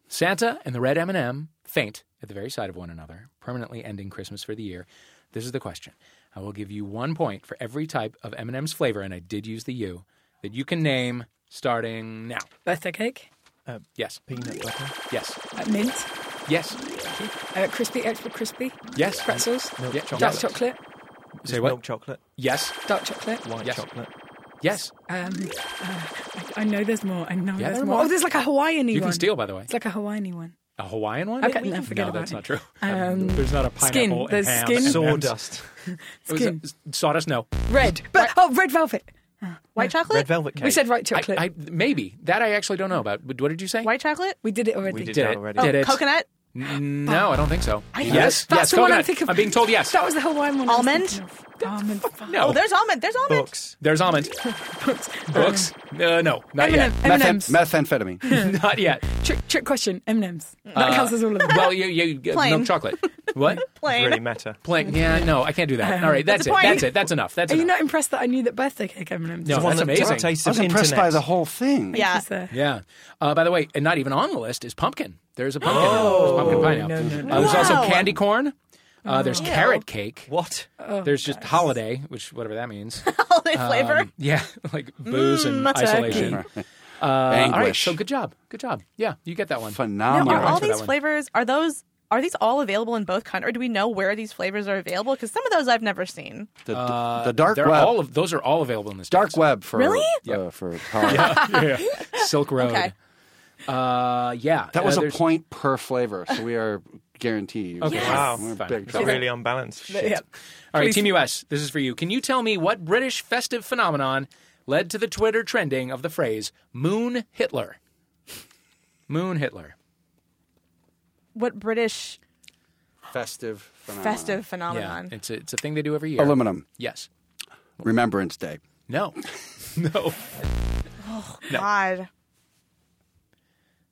[SPEAKER 1] Santa and the red M&M faint at the very side of one another, permanently ending Christmas for the year. This is the question. I will give you one point for every type of M&M's flavor, and I did use the U that you can name starting now.
[SPEAKER 2] Birthday cake,
[SPEAKER 4] Uh,
[SPEAKER 1] Yes.
[SPEAKER 4] peanut butter.
[SPEAKER 1] Yes.
[SPEAKER 2] uh, mint,
[SPEAKER 1] Yes.
[SPEAKER 2] uh, crispy, extra crispy.
[SPEAKER 1] Yes.
[SPEAKER 2] Pretzels.
[SPEAKER 1] Milk
[SPEAKER 2] Yeah,
[SPEAKER 1] chocolate.
[SPEAKER 2] Dark chocolate.
[SPEAKER 1] Say what?
[SPEAKER 4] Milk chocolate.
[SPEAKER 1] Yes.
[SPEAKER 2] Dark chocolate.
[SPEAKER 4] White
[SPEAKER 1] Yes.
[SPEAKER 4] chocolate.
[SPEAKER 1] Yes.
[SPEAKER 2] Um, uh, I, I know there's more. I know
[SPEAKER 1] Yeah,
[SPEAKER 2] there's
[SPEAKER 1] there
[SPEAKER 2] more.
[SPEAKER 1] are.
[SPEAKER 2] Oh, there's like a Hawaiian
[SPEAKER 1] You
[SPEAKER 2] one.
[SPEAKER 1] can steal, by the way.
[SPEAKER 2] It's like a Hawaiian one.
[SPEAKER 1] A Hawaiian one?
[SPEAKER 2] Okay, no, forget
[SPEAKER 1] no,
[SPEAKER 2] about
[SPEAKER 1] that's
[SPEAKER 2] it.
[SPEAKER 1] not true.
[SPEAKER 2] Um,
[SPEAKER 1] there's not a
[SPEAKER 2] skin.
[SPEAKER 1] pineapple
[SPEAKER 2] There's
[SPEAKER 1] and ham.
[SPEAKER 2] skin.
[SPEAKER 1] M&Ms.
[SPEAKER 4] Sawdust.
[SPEAKER 1] It was a-
[SPEAKER 2] Skin.
[SPEAKER 1] sawdust? No.
[SPEAKER 2] Red. But, oh, red velvet.
[SPEAKER 5] White chocolate?
[SPEAKER 4] Red velvet cake.
[SPEAKER 2] We said white
[SPEAKER 1] I-
[SPEAKER 2] chocolate.
[SPEAKER 1] I, maybe that I actually don't know about. What did you say?
[SPEAKER 5] White chocolate? Oh,
[SPEAKER 2] we did it already.
[SPEAKER 4] We did,
[SPEAKER 1] Did
[SPEAKER 4] that
[SPEAKER 1] it.
[SPEAKER 4] already.
[SPEAKER 1] Did it?
[SPEAKER 5] Coconut?
[SPEAKER 1] N- No, I don't think so.
[SPEAKER 2] I-
[SPEAKER 1] yes, yes,
[SPEAKER 2] That's the one I'm
[SPEAKER 1] coconut.
[SPEAKER 2] thinking of.
[SPEAKER 1] I'm being told yes.
[SPEAKER 2] That was the Hawaiian one. I was
[SPEAKER 5] Almond?
[SPEAKER 2] thinking of. Almond.
[SPEAKER 1] No,
[SPEAKER 5] Oh, there's almond. There's almond.
[SPEAKER 4] Books.
[SPEAKER 1] there's almond.
[SPEAKER 2] Books.
[SPEAKER 1] Books? Uh, no, not yet.
[SPEAKER 2] M&M, M&Ms.
[SPEAKER 3] Methamphetamine.
[SPEAKER 1] Not yet.
[SPEAKER 2] Trick, trick question. M&Ms. That counts as all of them.
[SPEAKER 1] Uh, Well, you, you get
[SPEAKER 5] Plain.
[SPEAKER 1] milk chocolate. What?
[SPEAKER 5] Plain.
[SPEAKER 4] Really matter.
[SPEAKER 1] Plain? Yeah, no, I can't do that. All right, that's,
[SPEAKER 5] Uh, That's a
[SPEAKER 1] it.
[SPEAKER 5] point.
[SPEAKER 1] That's it. That's enough. That's
[SPEAKER 2] Are you
[SPEAKER 1] enough.
[SPEAKER 2] not impressed that I knew that birthday cake M&Ms?
[SPEAKER 1] No,
[SPEAKER 4] The one
[SPEAKER 1] that's
[SPEAKER 4] that
[SPEAKER 1] amazing.
[SPEAKER 4] tastes
[SPEAKER 3] I
[SPEAKER 4] of
[SPEAKER 3] was impressed by
[SPEAKER 4] internet.
[SPEAKER 3] the whole thing.
[SPEAKER 5] Yeah.
[SPEAKER 2] Is there?
[SPEAKER 1] Yeah. Uh, by the way, and not even on the list is pumpkin. There's a pumpkin. There's
[SPEAKER 5] Oh.
[SPEAKER 1] pumpkin pineapple. Uh, there's also
[SPEAKER 5] Wow.
[SPEAKER 1] candy corn. Uh, there's
[SPEAKER 5] Ew.
[SPEAKER 1] carrot cake.
[SPEAKER 4] What?
[SPEAKER 1] there's just holiday, which whatever that means.
[SPEAKER 5] Holiday flavor.
[SPEAKER 1] Um, yeah, like booze and
[SPEAKER 5] turkey.
[SPEAKER 1] isolation. Uh, all right,
[SPEAKER 3] Anguish.
[SPEAKER 1] so good job, good job. Yeah, you get that one.
[SPEAKER 5] Now,
[SPEAKER 3] Phenomenal.
[SPEAKER 5] are all
[SPEAKER 1] for that
[SPEAKER 5] these
[SPEAKER 1] one.
[SPEAKER 5] flavors are those are these all available in both countries? Or do we know where these flavors are available? Because some of those I've never seen.
[SPEAKER 3] the,
[SPEAKER 1] Uh,
[SPEAKER 3] the dark
[SPEAKER 1] they're
[SPEAKER 3] web.
[SPEAKER 1] All of those are all available in this
[SPEAKER 3] dark web for
[SPEAKER 5] Really?
[SPEAKER 3] uh, for power.
[SPEAKER 1] Silk Road.
[SPEAKER 5] Okay.
[SPEAKER 1] Uh, yeah,
[SPEAKER 3] That was
[SPEAKER 1] uh,
[SPEAKER 3] a
[SPEAKER 1] there's-
[SPEAKER 3] point per flavor, so we are guaranteed.
[SPEAKER 1] Okay.
[SPEAKER 3] We're-
[SPEAKER 1] Wow.
[SPEAKER 3] we're
[SPEAKER 1] Fine.
[SPEAKER 3] big
[SPEAKER 1] It's
[SPEAKER 3] trouble.
[SPEAKER 4] Really unbalanced.
[SPEAKER 2] Yeah.
[SPEAKER 1] All right,
[SPEAKER 2] Please-
[SPEAKER 1] Team US, this is for you. Can you tell me what British festive phenomenon led to the Twitter trending of the phrase "Moon Hitler"? Moon Hitler.
[SPEAKER 5] What British
[SPEAKER 3] festive, phenomenon.
[SPEAKER 5] festive
[SPEAKER 1] Yeah,
[SPEAKER 5] phenomenon?
[SPEAKER 1] it's a, it's a thing they do every year.
[SPEAKER 3] aluminum.
[SPEAKER 1] Yes.
[SPEAKER 3] Remembrance Day.
[SPEAKER 1] No. no.
[SPEAKER 5] God.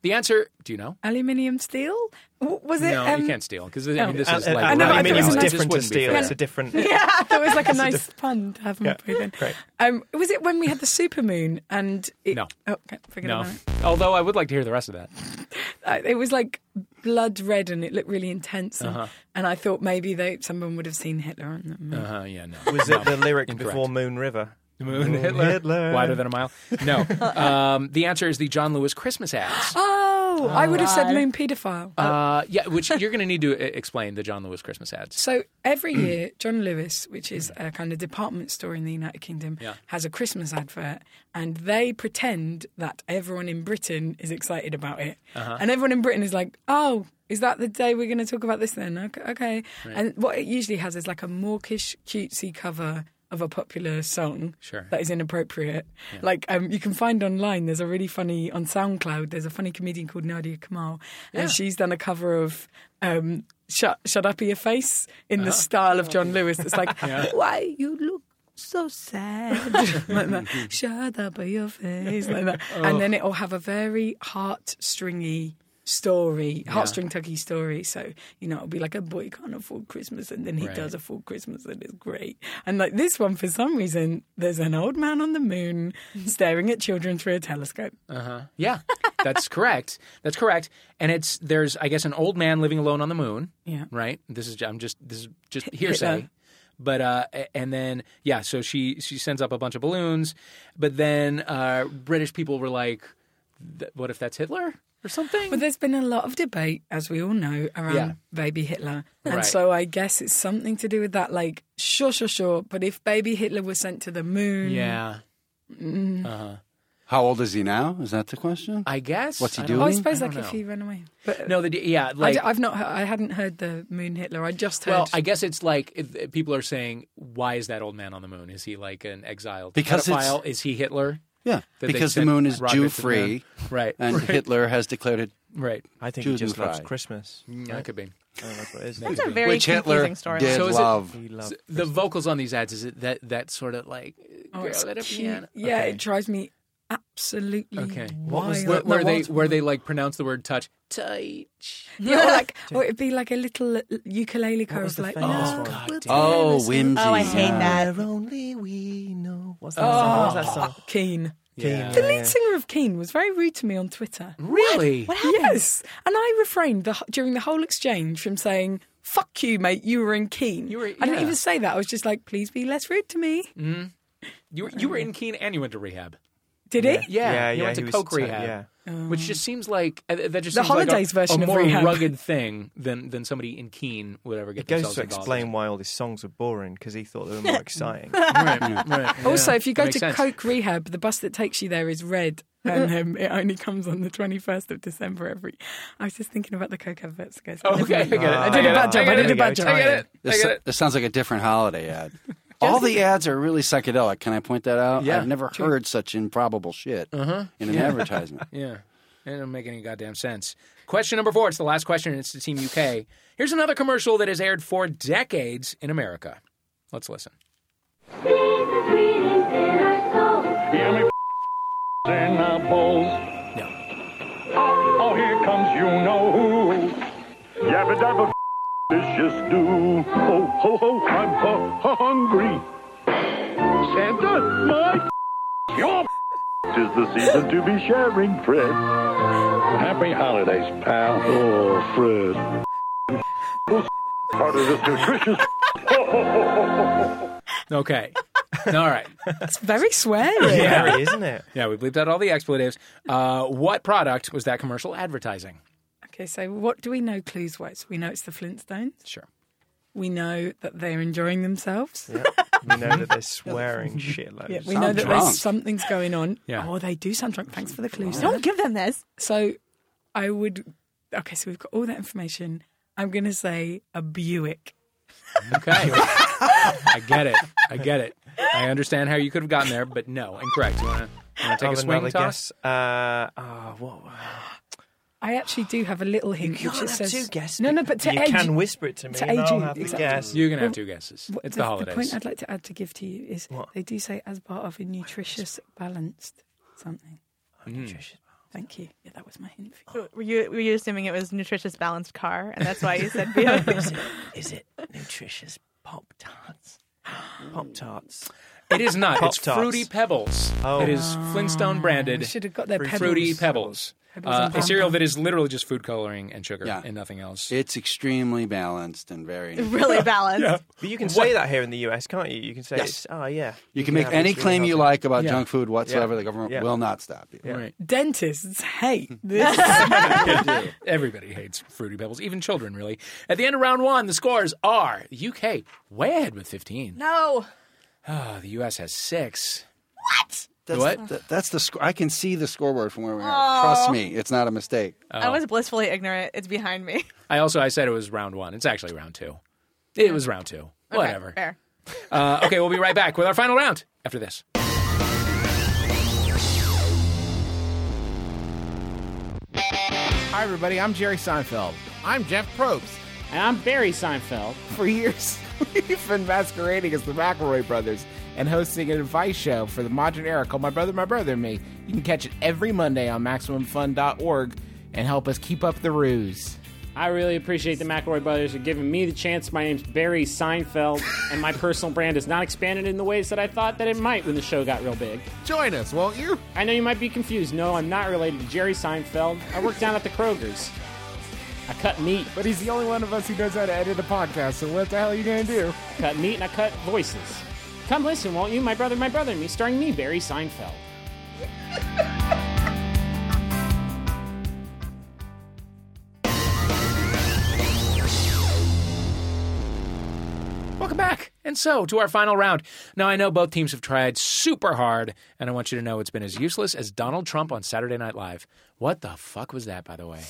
[SPEAKER 1] The answer. Do you know?
[SPEAKER 2] Aluminium steel? W- Was it?
[SPEAKER 1] no,
[SPEAKER 2] um,
[SPEAKER 1] you can't steal because I mean, this
[SPEAKER 4] Uh,
[SPEAKER 1] is
[SPEAKER 4] uh,
[SPEAKER 1] like
[SPEAKER 4] I know,
[SPEAKER 2] but I
[SPEAKER 4] aluminium
[SPEAKER 2] thought it was
[SPEAKER 4] is different to steel. It's a different.
[SPEAKER 2] I thought it was like a nice pun to have them
[SPEAKER 4] Yeah,
[SPEAKER 2] breathe in.
[SPEAKER 4] great.
[SPEAKER 2] Um, was it when we had the supermoon and it,
[SPEAKER 1] No.
[SPEAKER 2] oh, okay, forget
[SPEAKER 1] No.
[SPEAKER 2] about it.
[SPEAKER 1] Although I would like to hear the rest of that.
[SPEAKER 2] Uh, It was like blood red and it looked really intense, and, and I thought maybe they someone would have seen Hitler on the moon.
[SPEAKER 1] Uh, yeah, no.
[SPEAKER 4] Was it the lyric
[SPEAKER 1] Incorrect.
[SPEAKER 4] before Moon River?
[SPEAKER 1] Moon Hitler,
[SPEAKER 4] Hitler.
[SPEAKER 1] wider than a mile? No. Um, the answer is the John Lewis Christmas ads.
[SPEAKER 2] Oh, I would have said moon paedophile.
[SPEAKER 1] Uh, yeah, which you're going to need to uh, explain the John Lewis Christmas ads.
[SPEAKER 2] So every
[SPEAKER 1] Mm.
[SPEAKER 2] year, John Lewis, which is a kind of department store in the United Kingdom,
[SPEAKER 1] Yeah.
[SPEAKER 2] has a Christmas advert, and they pretend that everyone in Britain is excited about it,
[SPEAKER 1] Uh-huh.
[SPEAKER 2] and everyone in Britain is like, "Oh, is that the day we're going to talk about this then?" Okay, okay. and what it usually has is like a mawkish, cutesy cover of a popular song
[SPEAKER 1] Sure.
[SPEAKER 2] that is inappropriate. Like um, you can find online. There's a really funny on SoundCloud. There's a funny comedian called Nadia Kamal,
[SPEAKER 1] Yeah.
[SPEAKER 2] and she's done a cover of. Um, Shut, shut up your face in the style of John Lewis. It's like,
[SPEAKER 1] Uh-huh. Yeah.
[SPEAKER 2] why you look so sad? like that. Shut up your face. Like that.
[SPEAKER 1] Mm-hmm. Oh.
[SPEAKER 2] And then it'll have a very heartstringy story,
[SPEAKER 1] Yeah.
[SPEAKER 2] heartstring tuggy story. So, you know, it'll be like a boy can't afford Christmas and then he
[SPEAKER 1] Right.
[SPEAKER 2] does afford Christmas and it's great. And like this one, for some reason, there's an old man on the moon
[SPEAKER 1] Mm-hmm.
[SPEAKER 2] staring at children through a telescope.
[SPEAKER 1] Uh huh. Yeah, that's correct. That's correct. And it's there's I guess an old man living alone on the moon.
[SPEAKER 2] Yeah.
[SPEAKER 1] Right. This is I'm just this is just
[SPEAKER 2] Hit-
[SPEAKER 1] hearsay.
[SPEAKER 2] Hitler.
[SPEAKER 1] But uh, a- and then yeah, so she she sends up a bunch of balloons, but then uh, British people were like, "Th- "What if that's Hitler?" or something.
[SPEAKER 2] But there's been a lot of debate, as we all know, around
[SPEAKER 1] Yeah.
[SPEAKER 2] baby Hitler. And
[SPEAKER 1] Right.
[SPEAKER 2] so I guess it's something to do with that. Like, sure, sure, sure. But if baby Hitler was sent to the moon. mm,
[SPEAKER 1] Uh-huh.
[SPEAKER 3] How old is he now? Is that the question?
[SPEAKER 1] I guess.
[SPEAKER 3] What's he
[SPEAKER 1] I don't-
[SPEAKER 3] doing?
[SPEAKER 2] Oh, I suppose
[SPEAKER 1] I
[SPEAKER 2] like
[SPEAKER 1] don't
[SPEAKER 2] if
[SPEAKER 1] know.
[SPEAKER 2] he ran away.
[SPEAKER 1] no, the yeah,
[SPEAKER 2] I
[SPEAKER 1] like
[SPEAKER 2] d- I've not. he- I hadn't heard the Moon Hitler. I just heard.
[SPEAKER 1] Well, I guess it's like if- if people are saying, "Why is that old man on the moon? Is he like an exiled
[SPEAKER 3] Because it's-
[SPEAKER 1] pedophile? Is he Hitler?"
[SPEAKER 3] Yeah,
[SPEAKER 1] That they
[SPEAKER 3] because the
[SPEAKER 1] sent
[SPEAKER 3] moon is
[SPEAKER 1] rockets to
[SPEAKER 3] Jew
[SPEAKER 1] the
[SPEAKER 3] free,
[SPEAKER 1] moon? right?
[SPEAKER 3] And
[SPEAKER 1] right.
[SPEAKER 3] Hitler has declared it
[SPEAKER 1] Right.
[SPEAKER 4] I think he just
[SPEAKER 3] Judenfrei.
[SPEAKER 4] loves Christmas.
[SPEAKER 1] Yeah, it could be.
[SPEAKER 4] I don't know if it is.
[SPEAKER 5] That's a very
[SPEAKER 3] Which Hitler
[SPEAKER 5] confusing storyline.
[SPEAKER 3] did
[SPEAKER 1] is
[SPEAKER 3] love.
[SPEAKER 1] It,
[SPEAKER 4] He loved
[SPEAKER 1] so the vocals on these ads is it that that sort of like
[SPEAKER 2] Oh,
[SPEAKER 1] girl
[SPEAKER 2] it's
[SPEAKER 1] at a
[SPEAKER 2] cute.
[SPEAKER 1] piano?
[SPEAKER 2] Yeah,
[SPEAKER 1] Okay.
[SPEAKER 2] it drives me absolutely
[SPEAKER 1] Okay.
[SPEAKER 2] wild.
[SPEAKER 1] Where, where
[SPEAKER 2] No,
[SPEAKER 1] they
[SPEAKER 2] what-
[SPEAKER 1] where they like pronounce the word touch tight?
[SPEAKER 2] Yeah, or like, or it'd be like a little ukulele chorus, like
[SPEAKER 1] famous
[SPEAKER 2] oh,
[SPEAKER 1] one?
[SPEAKER 2] we'll
[SPEAKER 3] Oh,
[SPEAKER 2] dance."
[SPEAKER 3] whimsy.
[SPEAKER 5] Oh, I hate that.
[SPEAKER 4] Where only we know. What's that
[SPEAKER 2] Oh,
[SPEAKER 4] song? What's that song?
[SPEAKER 2] Keen.
[SPEAKER 1] Yeah.
[SPEAKER 2] The lead singer of Keen was very rude to me on Twitter.
[SPEAKER 1] Really?
[SPEAKER 5] What happened?
[SPEAKER 2] Yes, and I refrained the, during the whole exchange from saying "fuck you, mate." You were in Keen.
[SPEAKER 1] You were-
[SPEAKER 2] I
[SPEAKER 1] yeah. Mm.
[SPEAKER 2] didn't even say that. I was just like, "Please be less rude to me."
[SPEAKER 1] You were, you were in Keene and you went to rehab.
[SPEAKER 2] Did he?
[SPEAKER 1] Yeah,
[SPEAKER 4] Yeah,
[SPEAKER 1] you
[SPEAKER 4] yeah,
[SPEAKER 1] went to
[SPEAKER 4] he was
[SPEAKER 1] coke
[SPEAKER 4] t-
[SPEAKER 1] rehab,
[SPEAKER 4] yeah.
[SPEAKER 1] which just seems like uh, that just
[SPEAKER 2] The
[SPEAKER 1] seems like a-
[SPEAKER 2] holidays
[SPEAKER 1] a,
[SPEAKER 2] version of
[SPEAKER 1] more
[SPEAKER 2] rehab.
[SPEAKER 1] rugged thing than than somebody in Keene would ever get
[SPEAKER 4] It goes
[SPEAKER 1] themselves
[SPEAKER 4] to
[SPEAKER 1] involved
[SPEAKER 4] explain
[SPEAKER 1] in.
[SPEAKER 4] why all these songs were boring because he thought they were more exciting.
[SPEAKER 1] Right, right,
[SPEAKER 2] Also,
[SPEAKER 1] yeah.
[SPEAKER 2] if you
[SPEAKER 1] That
[SPEAKER 2] go
[SPEAKER 1] makes
[SPEAKER 2] to
[SPEAKER 1] sense.
[SPEAKER 2] Coke Rehab, the bus that takes you there is red, and um, it only comes on the twenty first of December every. I was just thinking about the Coke adverts, guys.
[SPEAKER 1] Oh, okay, I get it.
[SPEAKER 4] I
[SPEAKER 1] get
[SPEAKER 2] did a
[SPEAKER 1] it.
[SPEAKER 2] bad job.
[SPEAKER 1] get
[SPEAKER 2] I did
[SPEAKER 1] it.
[SPEAKER 2] a bad job.
[SPEAKER 1] I get it. I
[SPEAKER 3] This,
[SPEAKER 1] get it.
[SPEAKER 3] this sounds like a different holiday ad. All the ads are really psychedelic. Can I point that out?
[SPEAKER 1] Yeah, Uh-huh.
[SPEAKER 3] I've never heard such improbable shit in an advertisement.
[SPEAKER 1] Yeah. It don't make any goddamn sense. Question number four. It's the last question. and It's to Team UK. Here's another commercial that has aired for decades in America. Let's listen.
[SPEAKER 14] in our bowls. Oh, here comes you know who. Yabba dabba delicious do. Ho ho ho, I'm hu- hungry. Santa, my your is the season to be sharing, Fred. Happy holidays, pal. Oh, Fred. Part of this nutritious.
[SPEAKER 1] Okay. All right.
[SPEAKER 2] It's very sweary.
[SPEAKER 4] yeah, it is, isn't it?
[SPEAKER 1] Yeah, we bleeped out all the expletives. Uh, what product was that commercial advertising?
[SPEAKER 2] Okay, so what do we know clues wise? We know it's the Flintstones.
[SPEAKER 1] Sure.
[SPEAKER 2] We know that they're enjoying themselves. Yeah,
[SPEAKER 4] We know that they're swearing shit loads.
[SPEAKER 2] we
[SPEAKER 3] Sound
[SPEAKER 2] know that
[SPEAKER 3] drunk.
[SPEAKER 2] there's something's going on.
[SPEAKER 1] Yeah.
[SPEAKER 2] Oh, they do sound drunk. Thanks for the clues.
[SPEAKER 5] Don't give them this.
[SPEAKER 2] So I would. Okay, so we've got all that information. I'm going to say a Buick.
[SPEAKER 1] Okay. I get it. I get it. I understand how you could have gotten there, but no, incorrect. You want to take
[SPEAKER 4] Have
[SPEAKER 1] a swing
[SPEAKER 4] another
[SPEAKER 1] toss?
[SPEAKER 4] guess. Uh, oh, what?
[SPEAKER 2] I actually do have a little hint.
[SPEAKER 4] You
[SPEAKER 2] which just says,
[SPEAKER 4] two guesses.
[SPEAKER 2] No, no, but to
[SPEAKER 4] you
[SPEAKER 2] Ed,
[SPEAKER 4] can whisper it to me.
[SPEAKER 2] to
[SPEAKER 4] and I'll
[SPEAKER 2] Adrian,
[SPEAKER 4] have to
[SPEAKER 2] exactly.
[SPEAKER 4] guess.
[SPEAKER 1] You're going to have
[SPEAKER 2] Well,
[SPEAKER 1] two guesses.
[SPEAKER 2] what-
[SPEAKER 1] It's the, holidays.
[SPEAKER 2] point I'd like to add to give to you is
[SPEAKER 4] What?
[SPEAKER 2] they do say as part of a nutritious, balanced something.
[SPEAKER 1] Hmm.
[SPEAKER 2] Thank you. Yeah, that was my hint. For you.
[SPEAKER 5] Were you were you assuming it was nutritious balanced car, and that's why you said Buick?
[SPEAKER 4] Is it nutritious Pop Tarts? Pop Tarts.
[SPEAKER 1] It is not. it's
[SPEAKER 4] Pop-Tarts.
[SPEAKER 1] Fruity Pebbles.
[SPEAKER 4] Oh.
[SPEAKER 1] It is Flintstone branded.
[SPEAKER 2] We should have got their pebbles.
[SPEAKER 1] Fruity Pebbles.
[SPEAKER 2] Pebbles
[SPEAKER 1] Uh, a
[SPEAKER 2] and Bam
[SPEAKER 1] cereal
[SPEAKER 2] Bam.
[SPEAKER 1] that is literally just food coloring and sugar
[SPEAKER 3] Yeah.
[SPEAKER 1] and nothing else.
[SPEAKER 3] It's extremely balanced and very.
[SPEAKER 5] really balanced.
[SPEAKER 4] But you can say that here in the US, can't you? You can say,
[SPEAKER 3] Yes.
[SPEAKER 4] it's, oh, yeah.
[SPEAKER 3] You can make
[SPEAKER 4] have
[SPEAKER 3] any
[SPEAKER 4] this really
[SPEAKER 3] claim you
[SPEAKER 4] healthy.
[SPEAKER 3] like about
[SPEAKER 1] Yeah.
[SPEAKER 3] junk food whatsoever.
[SPEAKER 4] Yeah.
[SPEAKER 3] The government
[SPEAKER 4] Yeah.
[SPEAKER 3] will not stop you.
[SPEAKER 1] Right.
[SPEAKER 2] Dentists hate this.
[SPEAKER 1] Everybody hates Fruity Pebbles, even children, really. At the end of round one, the scores are the UK way ahead with 15.
[SPEAKER 5] No.
[SPEAKER 1] Ah, the US has six.
[SPEAKER 3] That's,
[SPEAKER 1] What?
[SPEAKER 3] th- that's the score. I can see the scoreboard from where we are. Trust me, it's not a mistake.
[SPEAKER 1] Oh.
[SPEAKER 5] I was blissfully ignorant. It's behind me.
[SPEAKER 1] I also I said it was round one. It's actually round two. It was round two.
[SPEAKER 5] Okay,
[SPEAKER 1] Whatever.
[SPEAKER 5] Fair.
[SPEAKER 1] Uh, okay, we'll be right back with our final round after this.
[SPEAKER 7] Hi, everybody. I'm Jerry Seinfeld. I'm Jeff Probst.
[SPEAKER 6] And I'm Barry Seinfeld.
[SPEAKER 7] For years, we've been masquerading as the McElroy brothers and hosting an advice show for the modern era called My Brother, My Brother, and Me. You can catch it every Monday on MaximumFun.org and help us keep up the ruse.
[SPEAKER 6] I really appreciate the McElroy brothers for giving me the chance. My name's Barry Seinfeld, and my personal brand has not expanded in the ways that I thought that it might when the show got real big.
[SPEAKER 7] Join us, won't you?
[SPEAKER 6] I know you might be confused. No, I'm not related to Jerry Seinfeld. I work down at the Kroger's. I cut meat.
[SPEAKER 7] But he's the only one of us who knows how to edit a podcast, so what the hell are you going to do?
[SPEAKER 6] Cut meat and I cut voices. Come listen, won't you? My brother, my brother, and me, starring me, Barry Seinfeld.
[SPEAKER 1] Welcome back. And so to our final round. Now, I know both teams have tried super hard, and I want you to know it's been as useless as Donald Trump on Saturday Night Live. What the fuck was that, by the way?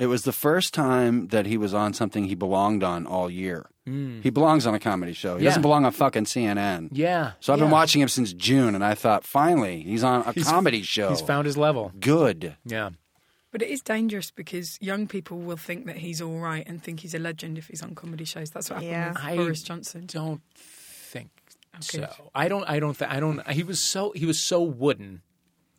[SPEAKER 3] It was the first time that he was on something he belonged on all year.
[SPEAKER 1] Mm.
[SPEAKER 3] He belongs on a comedy show. He
[SPEAKER 1] Yeah.
[SPEAKER 3] doesn't belong on fucking CNN.
[SPEAKER 1] Yeah.
[SPEAKER 3] So I've been
[SPEAKER 1] yeah.
[SPEAKER 3] watching him since June, and I thought, finally, he's on a
[SPEAKER 1] He's-
[SPEAKER 3] comedy show.
[SPEAKER 1] He's found his level.
[SPEAKER 3] Good.
[SPEAKER 1] Yeah.
[SPEAKER 2] But it is dangerous because young people will think that he's all right and think he's a legend if he's on comedy shows. That's what happened
[SPEAKER 1] Yeah. I
[SPEAKER 2] with Boris Johnson.
[SPEAKER 1] Don't think
[SPEAKER 2] Okay.
[SPEAKER 1] So I don't. I don't. Th- I don't. He was so. He was so wooden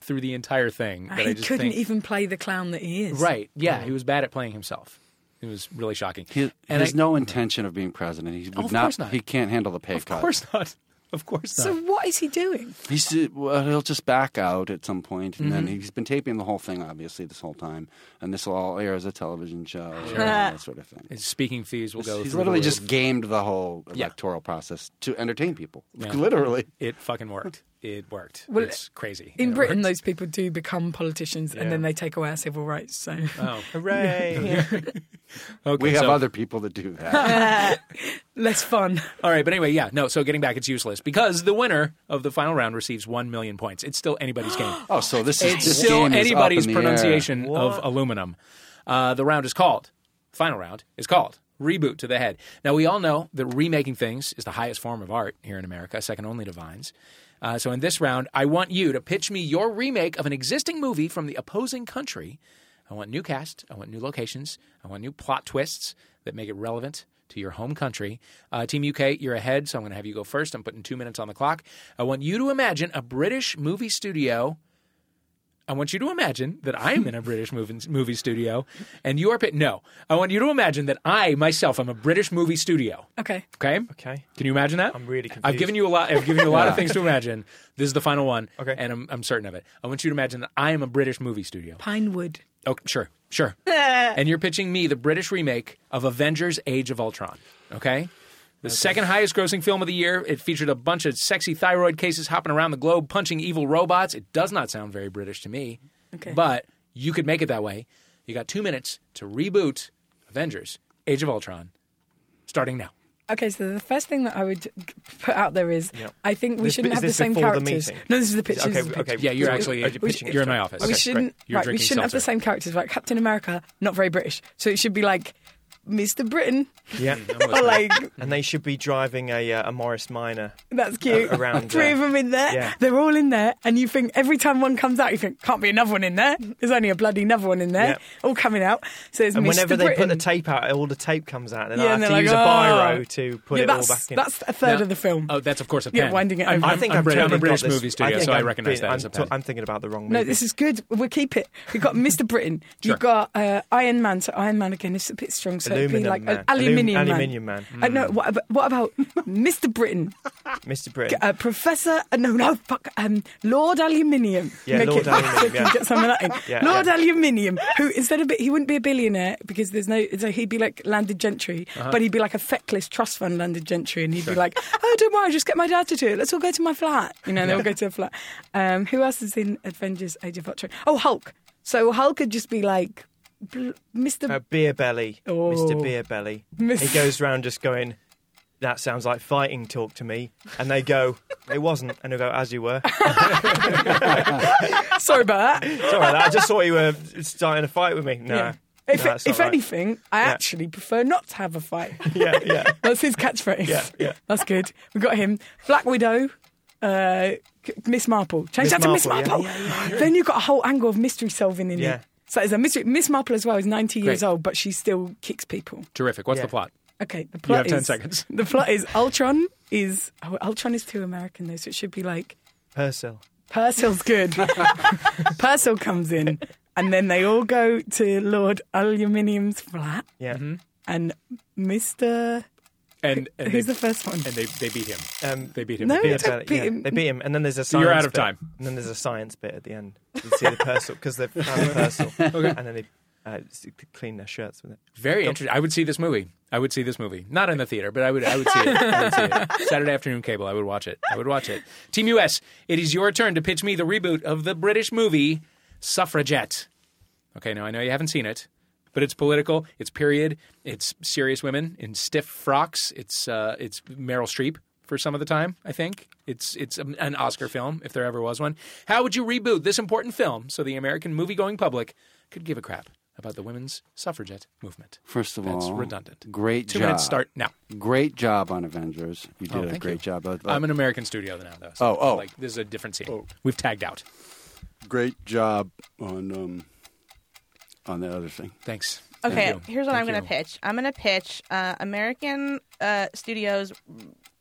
[SPEAKER 1] through the entire thing. That
[SPEAKER 2] he
[SPEAKER 1] I just
[SPEAKER 2] couldn't
[SPEAKER 1] think,
[SPEAKER 2] even play the clown that he is.
[SPEAKER 1] Right. Yeah. He was bad at playing himself. It was really shocking.
[SPEAKER 3] He, he
[SPEAKER 1] And
[SPEAKER 3] has
[SPEAKER 1] I-
[SPEAKER 3] no intention of being president. He would
[SPEAKER 1] of
[SPEAKER 3] not,
[SPEAKER 1] course not.
[SPEAKER 3] He can't handle the pay cut.
[SPEAKER 1] Of course not. Of course not.
[SPEAKER 2] So what is he doing?
[SPEAKER 3] He's, uh, well, he'll just back out at some point, and then
[SPEAKER 1] Mm-hmm.
[SPEAKER 2] Mhm.
[SPEAKER 3] he's been taping the whole thing, obviously, this whole time. And this will all air as a television show, and all
[SPEAKER 1] Sure.
[SPEAKER 3] that sort of thing.
[SPEAKER 1] His speaking fees will go.
[SPEAKER 3] he's
[SPEAKER 1] through
[SPEAKER 3] literally
[SPEAKER 1] the roof.
[SPEAKER 3] just gamed the whole electoral process to entertain people.
[SPEAKER 1] Yeah.
[SPEAKER 3] Literally.
[SPEAKER 1] It fucking worked. It worked.
[SPEAKER 2] Well,
[SPEAKER 1] it's crazy.
[SPEAKER 2] In
[SPEAKER 1] It
[SPEAKER 2] Britain,
[SPEAKER 1] worked.
[SPEAKER 2] those people do become politicians
[SPEAKER 1] Yeah.
[SPEAKER 2] and then they take away our civil rights. So,
[SPEAKER 1] Oh.
[SPEAKER 4] Hooray.
[SPEAKER 1] Okay,
[SPEAKER 3] we have
[SPEAKER 1] so-
[SPEAKER 3] other people that do that.
[SPEAKER 2] less fun.
[SPEAKER 1] All right, but anyway, yeah, no. So getting back, it's useless because the winner of the final round receives one million points. It's still anybody's game.
[SPEAKER 3] oh, so this is
[SPEAKER 1] it's
[SPEAKER 3] this
[SPEAKER 1] still
[SPEAKER 3] game is up
[SPEAKER 1] anybody's
[SPEAKER 3] in the air.
[SPEAKER 1] pronunciation of aluminum. Uh, the round is called final round is called reboot to the head. Now we all know that remaking things is the highest form of art here in America, second only to vines. Uh, so in this round, I want you to pitch me your remake of an existing movie from the opposing country. I want new cast. I want new locations. I want new plot twists that make it relevant to your home country. Uh, Team UK, you're ahead, so I'm going to have you go first. I'm putting two minutes on the clock. I want you to imagine a British movie studio I want you to imagine that I am in a British movie, movie studio, and you are. Pit- no, I want you to imagine that I myself am a British movie studio.
[SPEAKER 2] Okay.
[SPEAKER 1] Okay.
[SPEAKER 4] Okay.
[SPEAKER 1] Can you imagine that?
[SPEAKER 4] I'm really confused.
[SPEAKER 1] I've given you a lot. I've given you a lot of
[SPEAKER 4] Yeah.
[SPEAKER 1] things to imagine. This is the final one.
[SPEAKER 4] Okay.
[SPEAKER 1] And I'm, I'm certain of it. I want you to imagine that I am a British movie studio.
[SPEAKER 2] Pinewood.
[SPEAKER 1] Oh, sure, sure. and you're pitching me the British remake of Avengers: Age of Ultron. Okay. The second highest grossing film of the year. It featured a bunch of sexy thyroid cases hopping around the globe, punching evil robots. It does not sound very British to me.
[SPEAKER 2] Okay.
[SPEAKER 1] But you could make it that way. You got two minutes to reboot Avengers: Age of Ultron, starting now.
[SPEAKER 2] Okay, so the first thing that I would put out there is
[SPEAKER 1] Yep.
[SPEAKER 2] I think we
[SPEAKER 1] This-
[SPEAKER 2] shouldn't
[SPEAKER 1] is
[SPEAKER 2] have the
[SPEAKER 1] this
[SPEAKER 2] same
[SPEAKER 1] before the
[SPEAKER 2] characters.
[SPEAKER 1] meeting?
[SPEAKER 2] no, this is the
[SPEAKER 1] Is-
[SPEAKER 2] picture.
[SPEAKER 1] okay,
[SPEAKER 2] this is the
[SPEAKER 1] okay,
[SPEAKER 2] picture.
[SPEAKER 1] yeah, you're actually-
[SPEAKER 2] we
[SPEAKER 1] you're pitching it. You're in my office.
[SPEAKER 2] We
[SPEAKER 1] Okay,
[SPEAKER 2] shouldn't.
[SPEAKER 1] great. You're
[SPEAKER 2] right, we
[SPEAKER 1] drinking
[SPEAKER 2] shouldn't have the
[SPEAKER 1] seltzer.
[SPEAKER 2] same characters. Like Captain America, not very British, so it should be like Mr. Britain.
[SPEAKER 4] Yeah.
[SPEAKER 2] Or like
[SPEAKER 4] and they should be driving a, uh, a Morris Minor.
[SPEAKER 2] That's cute.
[SPEAKER 4] A- around,
[SPEAKER 2] Three
[SPEAKER 4] uh,
[SPEAKER 2] of them in there.
[SPEAKER 4] yeah.
[SPEAKER 2] They're all in there. And you think every time one comes out, you think, can't be another one in there. There's only a bloody another one in there.
[SPEAKER 4] Yep.
[SPEAKER 2] All coming out. So there's
[SPEAKER 4] and
[SPEAKER 2] Mr.
[SPEAKER 4] whenever they put
[SPEAKER 2] Britain.
[SPEAKER 4] the tape out, all the tape comes out, and
[SPEAKER 2] Yeah,
[SPEAKER 4] I
[SPEAKER 2] and
[SPEAKER 4] have to
[SPEAKER 2] they're
[SPEAKER 4] use a
[SPEAKER 2] like,
[SPEAKER 4] biro
[SPEAKER 2] "Oh."
[SPEAKER 4] to put
[SPEAKER 2] Yeah,
[SPEAKER 4] it all
[SPEAKER 2] that's-
[SPEAKER 4] back in.
[SPEAKER 2] that's a third of the film.
[SPEAKER 1] Oh, that's of course a
[SPEAKER 2] Yeah,
[SPEAKER 1] pen.
[SPEAKER 2] winding it
[SPEAKER 1] I'm,
[SPEAKER 2] over.
[SPEAKER 1] I'm,
[SPEAKER 2] I think
[SPEAKER 1] I'm
[SPEAKER 2] I've
[SPEAKER 1] Brit- I'm
[SPEAKER 4] totally
[SPEAKER 1] a British
[SPEAKER 4] got this.
[SPEAKER 1] movie studio,
[SPEAKER 4] think
[SPEAKER 1] so I
[SPEAKER 4] I've
[SPEAKER 1] recognize
[SPEAKER 4] been-
[SPEAKER 1] that.
[SPEAKER 4] I'm,
[SPEAKER 1] as a
[SPEAKER 4] t-
[SPEAKER 1] pen.
[SPEAKER 4] I'm thinking about the wrong movie.
[SPEAKER 2] No, this is good. We'll keep it. We've got Mr. Britain. You've got uh, Iron Man. So Iron Man again is a bit strong. So it'd be
[SPEAKER 4] Aluminum
[SPEAKER 2] like
[SPEAKER 4] Man.
[SPEAKER 2] an aluminium
[SPEAKER 4] Alum-
[SPEAKER 2] man.
[SPEAKER 4] Aluminium Man. Hmm.
[SPEAKER 2] I know. What, ab- what about Mr. Britain?
[SPEAKER 4] Mr. Britain.
[SPEAKER 2] Uh, Professor, uh, no, no, fuck, um, Lord Aluminium.
[SPEAKER 4] Yeah,
[SPEAKER 2] Make
[SPEAKER 4] Lord
[SPEAKER 2] it-
[SPEAKER 4] Aluminium, yeah.
[SPEAKER 2] Get some of that in.
[SPEAKER 4] Yeah,
[SPEAKER 2] Lord
[SPEAKER 4] yeah.
[SPEAKER 2] Aluminium, who instead of be, he wouldn't be a billionaire because there's no, so he'd be like landed gentry,
[SPEAKER 1] Uh-huh.
[SPEAKER 2] but he'd be like a feckless trust fund landed gentry, and he'd be like, oh, don't worry, just get my dad to do it. Let's all go to my flat. You know, they all
[SPEAKER 1] Yeah.
[SPEAKER 2] go to a flat. Um, who else is in Avengers: Age of Ultron? Oh, Hulk. So Hulk could just be like. bl- Mr.
[SPEAKER 4] Uh, beer belly,
[SPEAKER 2] Oh.
[SPEAKER 4] Mr. Beer Belly.
[SPEAKER 2] Miss-
[SPEAKER 4] he goes round just going, "That sounds like fighting talk to me," and they go, "It wasn't," and they go, "As you were."
[SPEAKER 2] Sorry about that.
[SPEAKER 4] Sorry, I just thought you were starting a fight with me. No.
[SPEAKER 2] Yeah. If,
[SPEAKER 4] No, it's not
[SPEAKER 2] if
[SPEAKER 4] right.
[SPEAKER 2] anything, I
[SPEAKER 4] Yeah.
[SPEAKER 2] actually prefer not to have a fight.
[SPEAKER 4] Yeah, yeah.
[SPEAKER 2] That's his catchphrase.
[SPEAKER 4] Yeah, yeah.
[SPEAKER 2] That's good. We got him. Black Widow, uh, C- Miss Marple. Change
[SPEAKER 4] Miss
[SPEAKER 2] that to Miss
[SPEAKER 4] Marple,
[SPEAKER 2] Marple.
[SPEAKER 4] yeah.
[SPEAKER 2] Then you've got a whole angle of mystery solving in
[SPEAKER 1] Yeah.
[SPEAKER 2] it. So there's a mystery. Miss Marple as well is 90 years
[SPEAKER 1] Great.
[SPEAKER 2] old, but she still kicks people.
[SPEAKER 1] Terrific. What's the plot?
[SPEAKER 2] Okay, the
[SPEAKER 1] You
[SPEAKER 2] plot
[SPEAKER 1] have 10
[SPEAKER 2] is-
[SPEAKER 1] seconds.
[SPEAKER 2] The plot is Ultron is oh, Ultron is too American though, so it should be like
[SPEAKER 4] Purcell.
[SPEAKER 2] Purcell's good. Purcell comes in, and then they all go to Lord Aluminium's flat,
[SPEAKER 4] Yeah.
[SPEAKER 1] Mm-hmm.
[SPEAKER 2] and Mister.
[SPEAKER 1] And, and
[SPEAKER 2] Who's
[SPEAKER 1] they,
[SPEAKER 2] the first one?
[SPEAKER 1] And they, they beat him.
[SPEAKER 4] Um,
[SPEAKER 1] they beat him.
[SPEAKER 2] no,
[SPEAKER 1] They beat
[SPEAKER 2] it's
[SPEAKER 1] him.
[SPEAKER 2] a- beat him.
[SPEAKER 4] They beat him, and then there's a science.
[SPEAKER 1] You're out of
[SPEAKER 4] bit,
[SPEAKER 1] time.
[SPEAKER 4] And then there's a science bit at the end. You see the Purcell because they've found the Purcell, and then they uh, s- clean their shirts with it.
[SPEAKER 1] Very interesting. I would see this movie. I would see this movie. Not in the theater, but I would. I would see it. I would see it. Saturday afternoon cable. I would watch it. I would watch it. Team US. It is your turn to pitch me the reboot of the British movie Suffragette. Okay, now I know you haven't seen it, but it's political. It's period. It's serious women in stiff frocks. It's uh, it's Meryl Streep for some of the time. I think it's it's um, an Oscar film if there ever was one. How would you reboot this important film so the American movie-going public could give a crap about the women's suffragette movement?
[SPEAKER 3] First of
[SPEAKER 1] That's
[SPEAKER 3] all,
[SPEAKER 1] redundant.
[SPEAKER 3] Great
[SPEAKER 1] Two
[SPEAKER 3] job.
[SPEAKER 1] minutes start now.
[SPEAKER 3] Great job on Avengers. You did
[SPEAKER 1] Oh,
[SPEAKER 3] a
[SPEAKER 1] thank
[SPEAKER 3] great
[SPEAKER 1] you.
[SPEAKER 3] job. Uh, But-
[SPEAKER 1] I'm an American studio now, though.
[SPEAKER 3] Oh, oh.
[SPEAKER 1] like this is a different scene. We've tagged out.
[SPEAKER 3] great job on um, on the other thing.
[SPEAKER 1] Thanks.
[SPEAKER 5] Okay, here's what I'm
[SPEAKER 3] Thank
[SPEAKER 5] going to pitch. I'm going to pitch uh, American uh, studios.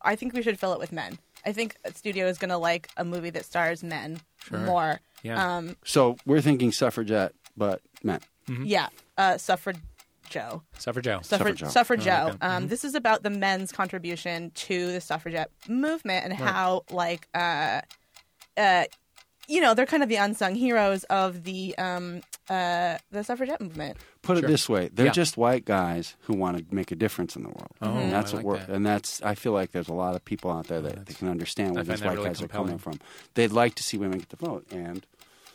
[SPEAKER 5] I think we should fill it with men. I think a studio is going to like a movie that stars men
[SPEAKER 3] Sure.
[SPEAKER 5] more.
[SPEAKER 3] Yeah.
[SPEAKER 5] Um,
[SPEAKER 3] So we're thinking suffragette, but men.
[SPEAKER 5] Yeah. Uh, Suffrage Joe.
[SPEAKER 1] Suffrage Joe.
[SPEAKER 5] Suffrage Joe.
[SPEAKER 3] Suffragette.
[SPEAKER 1] I like that.
[SPEAKER 5] Um,
[SPEAKER 1] Mhm.
[SPEAKER 5] This is about the men's contribution to the suffragette movement and
[SPEAKER 1] Right.
[SPEAKER 5] how, like, uh, uh, you know, they're kind of the unsung heroes of the um, uh, the suffragette movement.
[SPEAKER 3] Put it this way: they're
[SPEAKER 5] Yeah.
[SPEAKER 3] just white guys who want to make a difference in the world,
[SPEAKER 1] Oh,
[SPEAKER 3] and that's
[SPEAKER 1] I
[SPEAKER 3] what
[SPEAKER 1] like Oh,
[SPEAKER 3] we're. And that's I feel like there's a lot of people out there that, that can understand
[SPEAKER 1] I
[SPEAKER 3] where
[SPEAKER 1] find
[SPEAKER 3] these
[SPEAKER 1] that
[SPEAKER 3] white
[SPEAKER 1] really
[SPEAKER 3] guys
[SPEAKER 1] compelling.
[SPEAKER 3] are coming from. They'd like to see women get the vote, and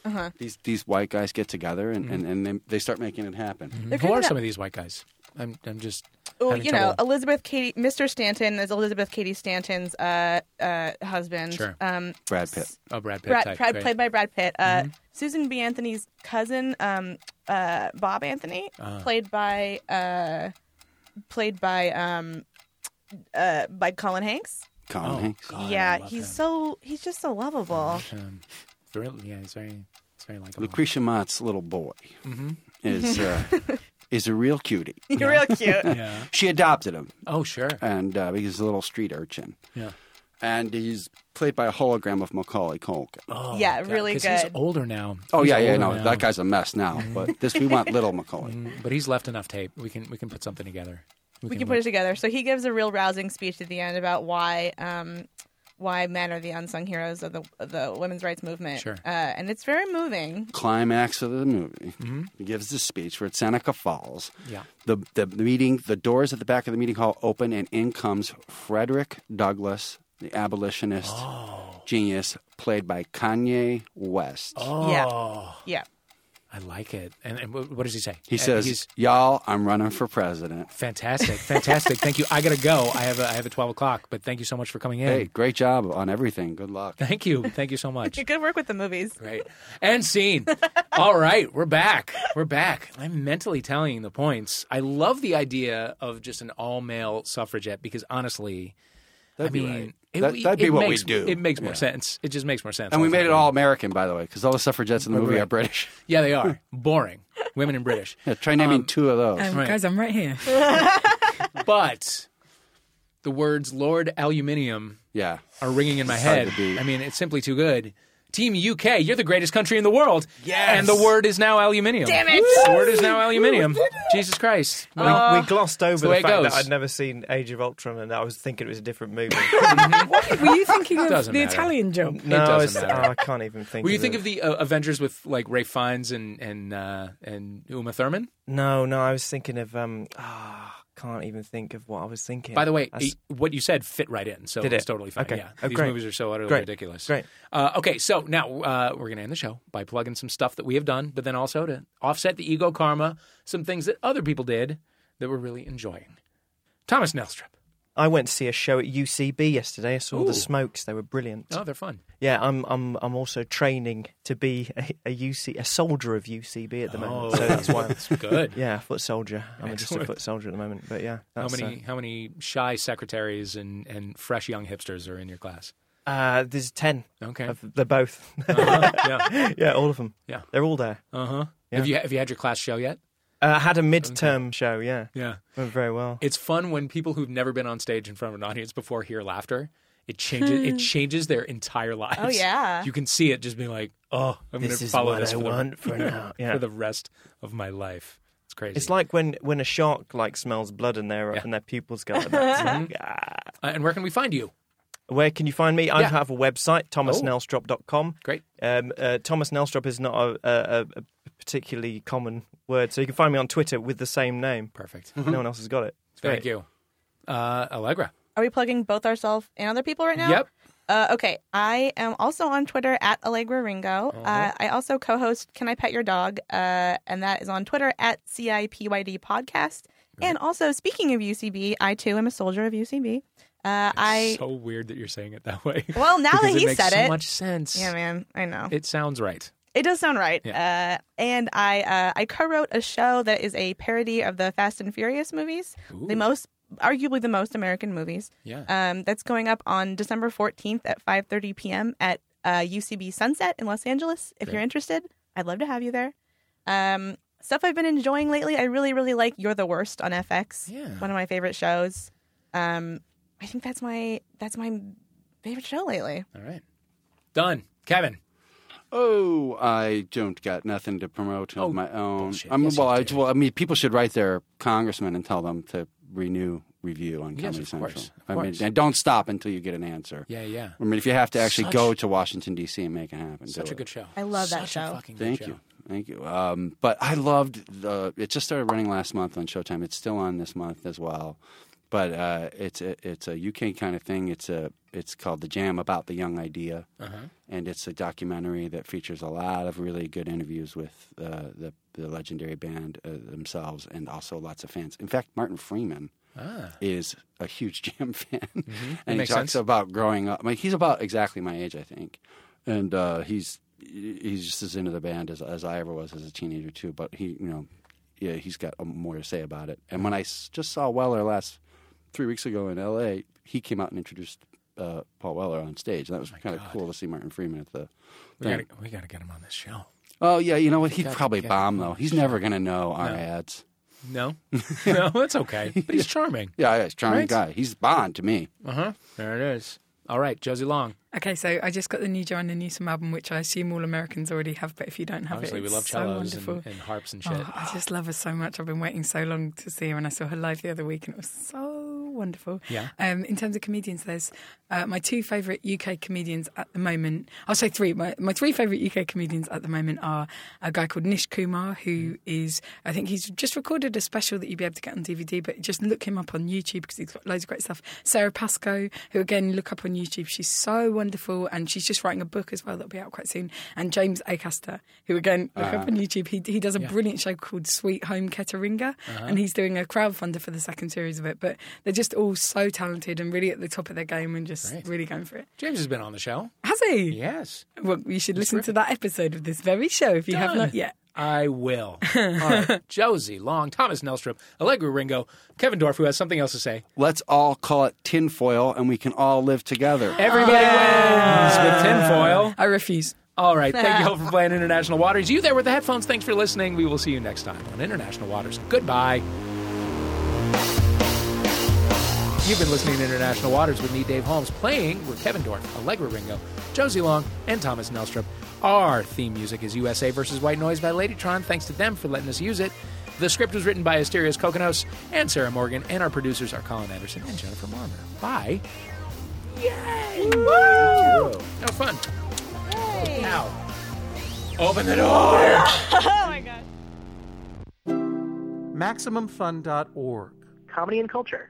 [SPEAKER 5] Uh-huh.
[SPEAKER 3] these these white guys get together and,
[SPEAKER 1] Mhm.
[SPEAKER 3] and, and they, they start making it happen.
[SPEAKER 5] They're
[SPEAKER 1] Who
[SPEAKER 5] kind
[SPEAKER 1] are
[SPEAKER 5] of-
[SPEAKER 1] some of these white guys? I'm I'm just.
[SPEAKER 5] Oh,
[SPEAKER 1] having
[SPEAKER 5] you know,
[SPEAKER 1] trouble.
[SPEAKER 5] Elizabeth Cady, Mr. Stanton is Elizabeth Cady Stanton's uh, uh, husband.
[SPEAKER 1] Sure.
[SPEAKER 5] Um,
[SPEAKER 3] Brad Pitt.
[SPEAKER 1] Oh, Brad Pitt.
[SPEAKER 5] Brad,
[SPEAKER 1] type.
[SPEAKER 5] Brad-
[SPEAKER 1] Great. Mm-hmm.
[SPEAKER 5] played by Brad Pitt. Uh, Susan B. Anthony's cousin, um, uh, Bob Anthony,
[SPEAKER 1] Ah.
[SPEAKER 5] played by uh, played by um, uh, by Colin Hanks.
[SPEAKER 3] Colin
[SPEAKER 1] Oh,
[SPEAKER 3] Hanks.
[SPEAKER 1] God, I
[SPEAKER 5] yeah,
[SPEAKER 1] love
[SPEAKER 5] he's
[SPEAKER 1] him.
[SPEAKER 5] so he's just so lovable.
[SPEAKER 1] Um, thrill- yeah, he's very, he's very likable.
[SPEAKER 3] Lucretia Mott's little boy
[SPEAKER 1] Mhm.
[SPEAKER 3] is uh, is a real cutie.
[SPEAKER 5] You're real cute.
[SPEAKER 1] Yeah.
[SPEAKER 3] she adopted him.
[SPEAKER 1] Oh, sure.
[SPEAKER 3] And uh, he's a little street urchin,
[SPEAKER 1] Yeah.
[SPEAKER 3] and he's played by a hologram of Macaulay Culkin.
[SPEAKER 1] Oh,
[SPEAKER 5] Yeah, Uh, really
[SPEAKER 1] 'cause He's
[SPEAKER 5] good.
[SPEAKER 1] older now.
[SPEAKER 3] Oh
[SPEAKER 1] He's
[SPEAKER 3] yeah, yeah,
[SPEAKER 1] older
[SPEAKER 3] no,
[SPEAKER 1] now.
[SPEAKER 3] that guy's a mess now. But this, we want little Macaulay.
[SPEAKER 1] Mm, But he's left enough tape. We can we can put something together.
[SPEAKER 5] we can put it together. So he gives a real rousing speech at the end about why um, why men are the unsung heroes of the of the women's rights movement.
[SPEAKER 3] Sure.
[SPEAKER 5] Uh, and it's very moving.
[SPEAKER 3] Climax of the movie, he gives the speech. We're at Seneca Falls.
[SPEAKER 1] Mm-hmm. Yeah.
[SPEAKER 3] The, the meeting, the doors at the back of the meeting hall open, and in comes Frederick Douglass, the abolitionist genius, played by Kanye West.
[SPEAKER 1] Oh,
[SPEAKER 5] Yeah. Yeah.
[SPEAKER 1] I like it. And, and wh- what does he say?
[SPEAKER 3] He
[SPEAKER 1] Uh,
[SPEAKER 3] says,
[SPEAKER 1] he's
[SPEAKER 3] "Y'all, I'm running for president."
[SPEAKER 1] fantastic, fantastic. Thank you. I gotta go. I have a, I have a twelve o'clock. But thank you so much for coming in.
[SPEAKER 3] Hey, great job on everything. Good luck.
[SPEAKER 1] Thank you. Thank you so much.
[SPEAKER 5] Good work with the movies.
[SPEAKER 1] Great. And scene. All right, we're back. We're back. I'm mentally tallying the points. I love the idea of just an all male suffragette because honestly, I
[SPEAKER 3] That'd be
[SPEAKER 1] mean,
[SPEAKER 3] right. That- that'd be
[SPEAKER 1] it
[SPEAKER 3] what we
[SPEAKER 1] makes-
[SPEAKER 3] do.
[SPEAKER 1] It makes more
[SPEAKER 3] Yeah.
[SPEAKER 1] sense. It just makes more sense.
[SPEAKER 3] And we made it
[SPEAKER 1] ultimately.
[SPEAKER 3] all American, by the way, because all the suffragettes in the
[SPEAKER 1] Right,
[SPEAKER 3] movie
[SPEAKER 1] right.
[SPEAKER 3] are British.
[SPEAKER 1] Yeah, they are boring. Women in British.
[SPEAKER 3] Yeah, try naming two of those.
[SPEAKER 2] Um, Guys, I'm right here.
[SPEAKER 1] but the words "Lord Aluminium"
[SPEAKER 3] yeah
[SPEAKER 1] are ringing in my
[SPEAKER 3] Hard
[SPEAKER 1] head.
[SPEAKER 3] to beat.
[SPEAKER 1] I mean, it's simply too good. Team UK, you're the greatest country in the world.
[SPEAKER 4] Yes.
[SPEAKER 1] And the word is now aluminium.
[SPEAKER 4] Damn it.
[SPEAKER 1] The word is now aluminium. Jesus Christ.
[SPEAKER 4] We,
[SPEAKER 1] Well,
[SPEAKER 4] we glossed
[SPEAKER 1] it's
[SPEAKER 4] over
[SPEAKER 1] Oh. the
[SPEAKER 4] the,
[SPEAKER 1] way it
[SPEAKER 4] fact
[SPEAKER 1] goes.
[SPEAKER 4] that I'd never seen Age of Ultron, and I was thinking it was a different movie.
[SPEAKER 2] Were you thinking of
[SPEAKER 1] Doesn't
[SPEAKER 2] the
[SPEAKER 1] matter.
[SPEAKER 2] Italian job?
[SPEAKER 1] It
[SPEAKER 4] no,
[SPEAKER 1] doesn't
[SPEAKER 4] it's, oh,
[SPEAKER 1] matter.
[SPEAKER 4] I can't even think.
[SPEAKER 1] Will you
[SPEAKER 4] of
[SPEAKER 1] think
[SPEAKER 4] it.
[SPEAKER 1] of the uh, Avengers with like Ray Fiennes and and uh, and Uma Thurman?
[SPEAKER 4] No, no, I was thinking of. Um, ah, can't even think of what I was thinking.
[SPEAKER 1] By the way,
[SPEAKER 4] That's-
[SPEAKER 1] it- what you said fit right in, so
[SPEAKER 4] Did
[SPEAKER 1] it's
[SPEAKER 4] it?
[SPEAKER 1] totally fine.
[SPEAKER 4] Okay.
[SPEAKER 1] Yeah,
[SPEAKER 4] Oh,
[SPEAKER 1] these
[SPEAKER 4] great.
[SPEAKER 1] movies are so utterly
[SPEAKER 4] Great.
[SPEAKER 1] ridiculous.
[SPEAKER 4] Great.
[SPEAKER 1] Uh, okay, so now uh, we're going to end the show by plugging some stuff that we have done, but then also to offset the ego karma, some things that other people did that we're really enjoying. Thomas Nelstrup,
[SPEAKER 4] I went to see a show at UCB yesterday. I saw the Smokes. They were brilliant.
[SPEAKER 1] Oh, they're fun.
[SPEAKER 4] Yeah, I'm I'm I'm also training to be a, a UC a soldier of UCB at the moment.
[SPEAKER 1] Oh,
[SPEAKER 4] so that's why
[SPEAKER 1] that's good.
[SPEAKER 4] Yeah, foot soldier. I'm just a
[SPEAKER 1] Excellent.
[SPEAKER 4] foot soldier at the moment. But yeah,
[SPEAKER 1] How
[SPEAKER 4] that's, uh,
[SPEAKER 1] many how many shy secretaries and, and fresh young hipsters are in your class?
[SPEAKER 4] Uh, there's ten.
[SPEAKER 1] Okay.
[SPEAKER 4] of, they're both.
[SPEAKER 1] Yeah.
[SPEAKER 4] yeah, all of them.
[SPEAKER 1] Yeah.
[SPEAKER 4] they're all there.
[SPEAKER 1] Uh huh.
[SPEAKER 4] Yeah.
[SPEAKER 1] Have you have you had your class show yet?
[SPEAKER 4] Uh, I had a midterm show. Yeah,
[SPEAKER 1] Yeah.
[SPEAKER 4] went very well.
[SPEAKER 1] It's fun when people who've never been on stage in front of an audience before hear laughter. It changes it changes their entire lives.
[SPEAKER 5] Hmm. Oh, yeah.
[SPEAKER 1] You can see it just being like, oh, I'm
[SPEAKER 4] This
[SPEAKER 1] gonna
[SPEAKER 4] is
[SPEAKER 1] follow
[SPEAKER 4] what
[SPEAKER 1] this
[SPEAKER 4] I
[SPEAKER 1] for, the,
[SPEAKER 4] want for now. Yeah.
[SPEAKER 1] for the rest of my life. It's crazy.
[SPEAKER 4] It's like when, when a shark like smells blood and their and their pupils go like that. It's like, ah.
[SPEAKER 1] Uh, and where can we find you?
[SPEAKER 4] Where can you find me? I
[SPEAKER 1] Yeah.
[SPEAKER 4] have a website,
[SPEAKER 1] Oh.
[SPEAKER 4] thomasnelstrop.com.
[SPEAKER 1] Great.
[SPEAKER 4] Um, uh, Thomas Nelstrop is not a, a, a- a particularly common word, so you can find me on Twitter with the same name.
[SPEAKER 1] Perfect.
[SPEAKER 4] No one else has got it. It's
[SPEAKER 1] Mm-hmm. Thank you. Uh, Allegra.
[SPEAKER 5] Are we plugging both ourselves and other people right now?
[SPEAKER 1] Yep.
[SPEAKER 5] Uh, okay, I am also on Twitter at Allegra Ringo. uh
[SPEAKER 1] Uh-huh.
[SPEAKER 5] I also co-host Can I Pet Your Dog, uh, and that is on Twitter at CIPYD Podcast. And also, speaking of UCB, I too am a soldier of UCB. Uh, I
[SPEAKER 1] so weird that you're saying it that way.
[SPEAKER 5] well now that
[SPEAKER 1] Because
[SPEAKER 5] he
[SPEAKER 1] it makes
[SPEAKER 5] said
[SPEAKER 1] so
[SPEAKER 5] it,
[SPEAKER 1] much sense.
[SPEAKER 5] Yeah, man, I know.
[SPEAKER 1] It sounds right.
[SPEAKER 5] It does sound right. Uh, and I uh, I co-wrote a show that is a parody of the Fast and Furious movies, the most arguably the most American movies.
[SPEAKER 1] Yeah.
[SPEAKER 5] Um, that's going up on December 14th at 5:30 p.m. at uh, UCB Sunset in Los Angeles. If you're
[SPEAKER 1] Great.
[SPEAKER 5] interested, I'd love to have you there. Um, stuff I've been enjoying lately. I really really like You're the Worst on FX.
[SPEAKER 1] Yeah.
[SPEAKER 5] One of my favorite shows. Um, I think that's my that's my favorite show lately.
[SPEAKER 1] All right. Done. Kevin.
[SPEAKER 3] Oh, I don't got nothing to promote of
[SPEAKER 1] Oh,
[SPEAKER 3] my own.
[SPEAKER 1] bullshit.
[SPEAKER 3] I'm,
[SPEAKER 1] Yes,
[SPEAKER 3] well,
[SPEAKER 1] you
[SPEAKER 3] I, well, I mean, people should write their congressman and tell them to renew review on
[SPEAKER 1] Yes,
[SPEAKER 3] Comedy
[SPEAKER 1] of
[SPEAKER 3] Central.
[SPEAKER 1] course, of
[SPEAKER 3] I mean,
[SPEAKER 1] course.
[SPEAKER 3] and don't stop until you get an answer.
[SPEAKER 1] Yeah, yeah.
[SPEAKER 3] I mean, if you have to actually
[SPEAKER 1] Such-
[SPEAKER 3] go to Washington D.C. and make it happen,
[SPEAKER 1] Such a
[SPEAKER 3] do it.
[SPEAKER 1] good show.
[SPEAKER 5] I love that
[SPEAKER 1] Such a
[SPEAKER 5] show.
[SPEAKER 1] fucking good
[SPEAKER 3] Thank
[SPEAKER 1] show.
[SPEAKER 3] you. Thank you. Um, but I loved the. It just started running last month on Showtime. It's still on this month as well. But uh, it's a, it's a UK kind of thing. It's a it's called the Jam about the Young Idea,
[SPEAKER 1] Uh-huh.
[SPEAKER 3] and it's a documentary that features a lot of really good interviews with uh, the the legendary band uh, themselves, and also lots of fans. In fact, Martin Freeman
[SPEAKER 1] Ah.
[SPEAKER 3] is a huge Jam fan,
[SPEAKER 1] Mm-hmm. That
[SPEAKER 3] and he
[SPEAKER 1] makes
[SPEAKER 3] talks
[SPEAKER 1] sense.
[SPEAKER 3] about growing up. I mean, he's about exactly my age, I think, and uh, he's he's just as into the band as, as I ever was as a teenager too. But he, you know, yeah, he's got um, more to say about it. And when I s- just saw Weller last three weeks ago in L.A., he came out and introduced uh, Paul Weller on stage, and that was kind of cool to see Martin Freeman at the.
[SPEAKER 1] We
[SPEAKER 3] thing.
[SPEAKER 1] gotta, we gotta get him on this show.
[SPEAKER 3] Oh yeah, you know what?
[SPEAKER 1] We
[SPEAKER 3] He'd
[SPEAKER 1] gotta
[SPEAKER 3] probably
[SPEAKER 1] get
[SPEAKER 3] bomb
[SPEAKER 1] him
[SPEAKER 3] though.
[SPEAKER 1] on
[SPEAKER 3] He's
[SPEAKER 1] the
[SPEAKER 3] never
[SPEAKER 1] show.
[SPEAKER 3] going to know our
[SPEAKER 1] No.
[SPEAKER 3] ads.
[SPEAKER 1] No, no, that's okay. But he's charming.
[SPEAKER 3] Yeah, he's a charming
[SPEAKER 1] Right?
[SPEAKER 3] guy. He's Bond to me.
[SPEAKER 1] Uh huh. There it is. All right, Josie Long.
[SPEAKER 2] Okay, so I just got the new Joanna Newsom album, which I assume all Americans already have, but if you don't have
[SPEAKER 1] Obviously,
[SPEAKER 2] it,
[SPEAKER 1] we
[SPEAKER 2] it's
[SPEAKER 1] love
[SPEAKER 2] so
[SPEAKER 1] cellos
[SPEAKER 2] wonderful.
[SPEAKER 1] and, and harps and shit.
[SPEAKER 2] Oh, I just love her so much. I've been waiting so long to see her, and I saw her live the other week, and it was so wonderful.
[SPEAKER 1] Yeah.
[SPEAKER 2] Um, in terms of comedians, there's uh, my two favourite UK comedians at the moment. I'll say three. My, my three favourite UK comedians at the moment are a guy called Nish Kumar,
[SPEAKER 1] Hmm.
[SPEAKER 2] who is, I think he's just recorded a special that you'd be able to get on DVD, but just look him up on YouTube because he's got loads of great stuff. Sarah Pascoe, who again, look up on YouTube. She's so wonderful, and she's just writing a book as well that'll be out quite soon. And James Acaster, who again, look up
[SPEAKER 15] Uh-huh.
[SPEAKER 2] on YouTube. He, he does a brilliant show called Sweet Home Ketteringa, and he's doing a crowdfunder for the second series of it. But they're just all so talented and really at the top of their game and just really going for it.
[SPEAKER 1] James has been on the show.
[SPEAKER 2] Has he?
[SPEAKER 1] Yes.
[SPEAKER 2] Well, you should listen to that episode of this very show if you have
[SPEAKER 1] Done.
[SPEAKER 2] not yet.
[SPEAKER 1] I will. All right. Josie Long, Thomas Nelstrup, Allegra Ringo, Kevin Dorf, who has something else to say.
[SPEAKER 3] Let's all call it tinfoil, and we can all live together.
[SPEAKER 1] Everybody
[SPEAKER 5] Oh,
[SPEAKER 1] wins with tinfoil.
[SPEAKER 2] I refuse.
[SPEAKER 1] All right. Thank you all for playing International Waters. You there with the headphones. Thanks for listening. We will see you next time on International Waters. Goodbye. You've been listening to International Waters with me, Dave Holmes, playing with Kevin Dorf, Allegra Ringo, Josie Long, and Thomas Nelstrup. Our theme music is USA versus White Noise by Ladytron. Thanks to them for letting us use it. The script was written by Asterios Kokonos and Sarah Morgan, and our producers are Colin Anderson and Jennifer Marmer. Bye. Yay! Woo! That was fun. Ow. Open the door!
[SPEAKER 5] oh my god.
[SPEAKER 16] MaximumFun.org.
[SPEAKER 17] Comedy and culture.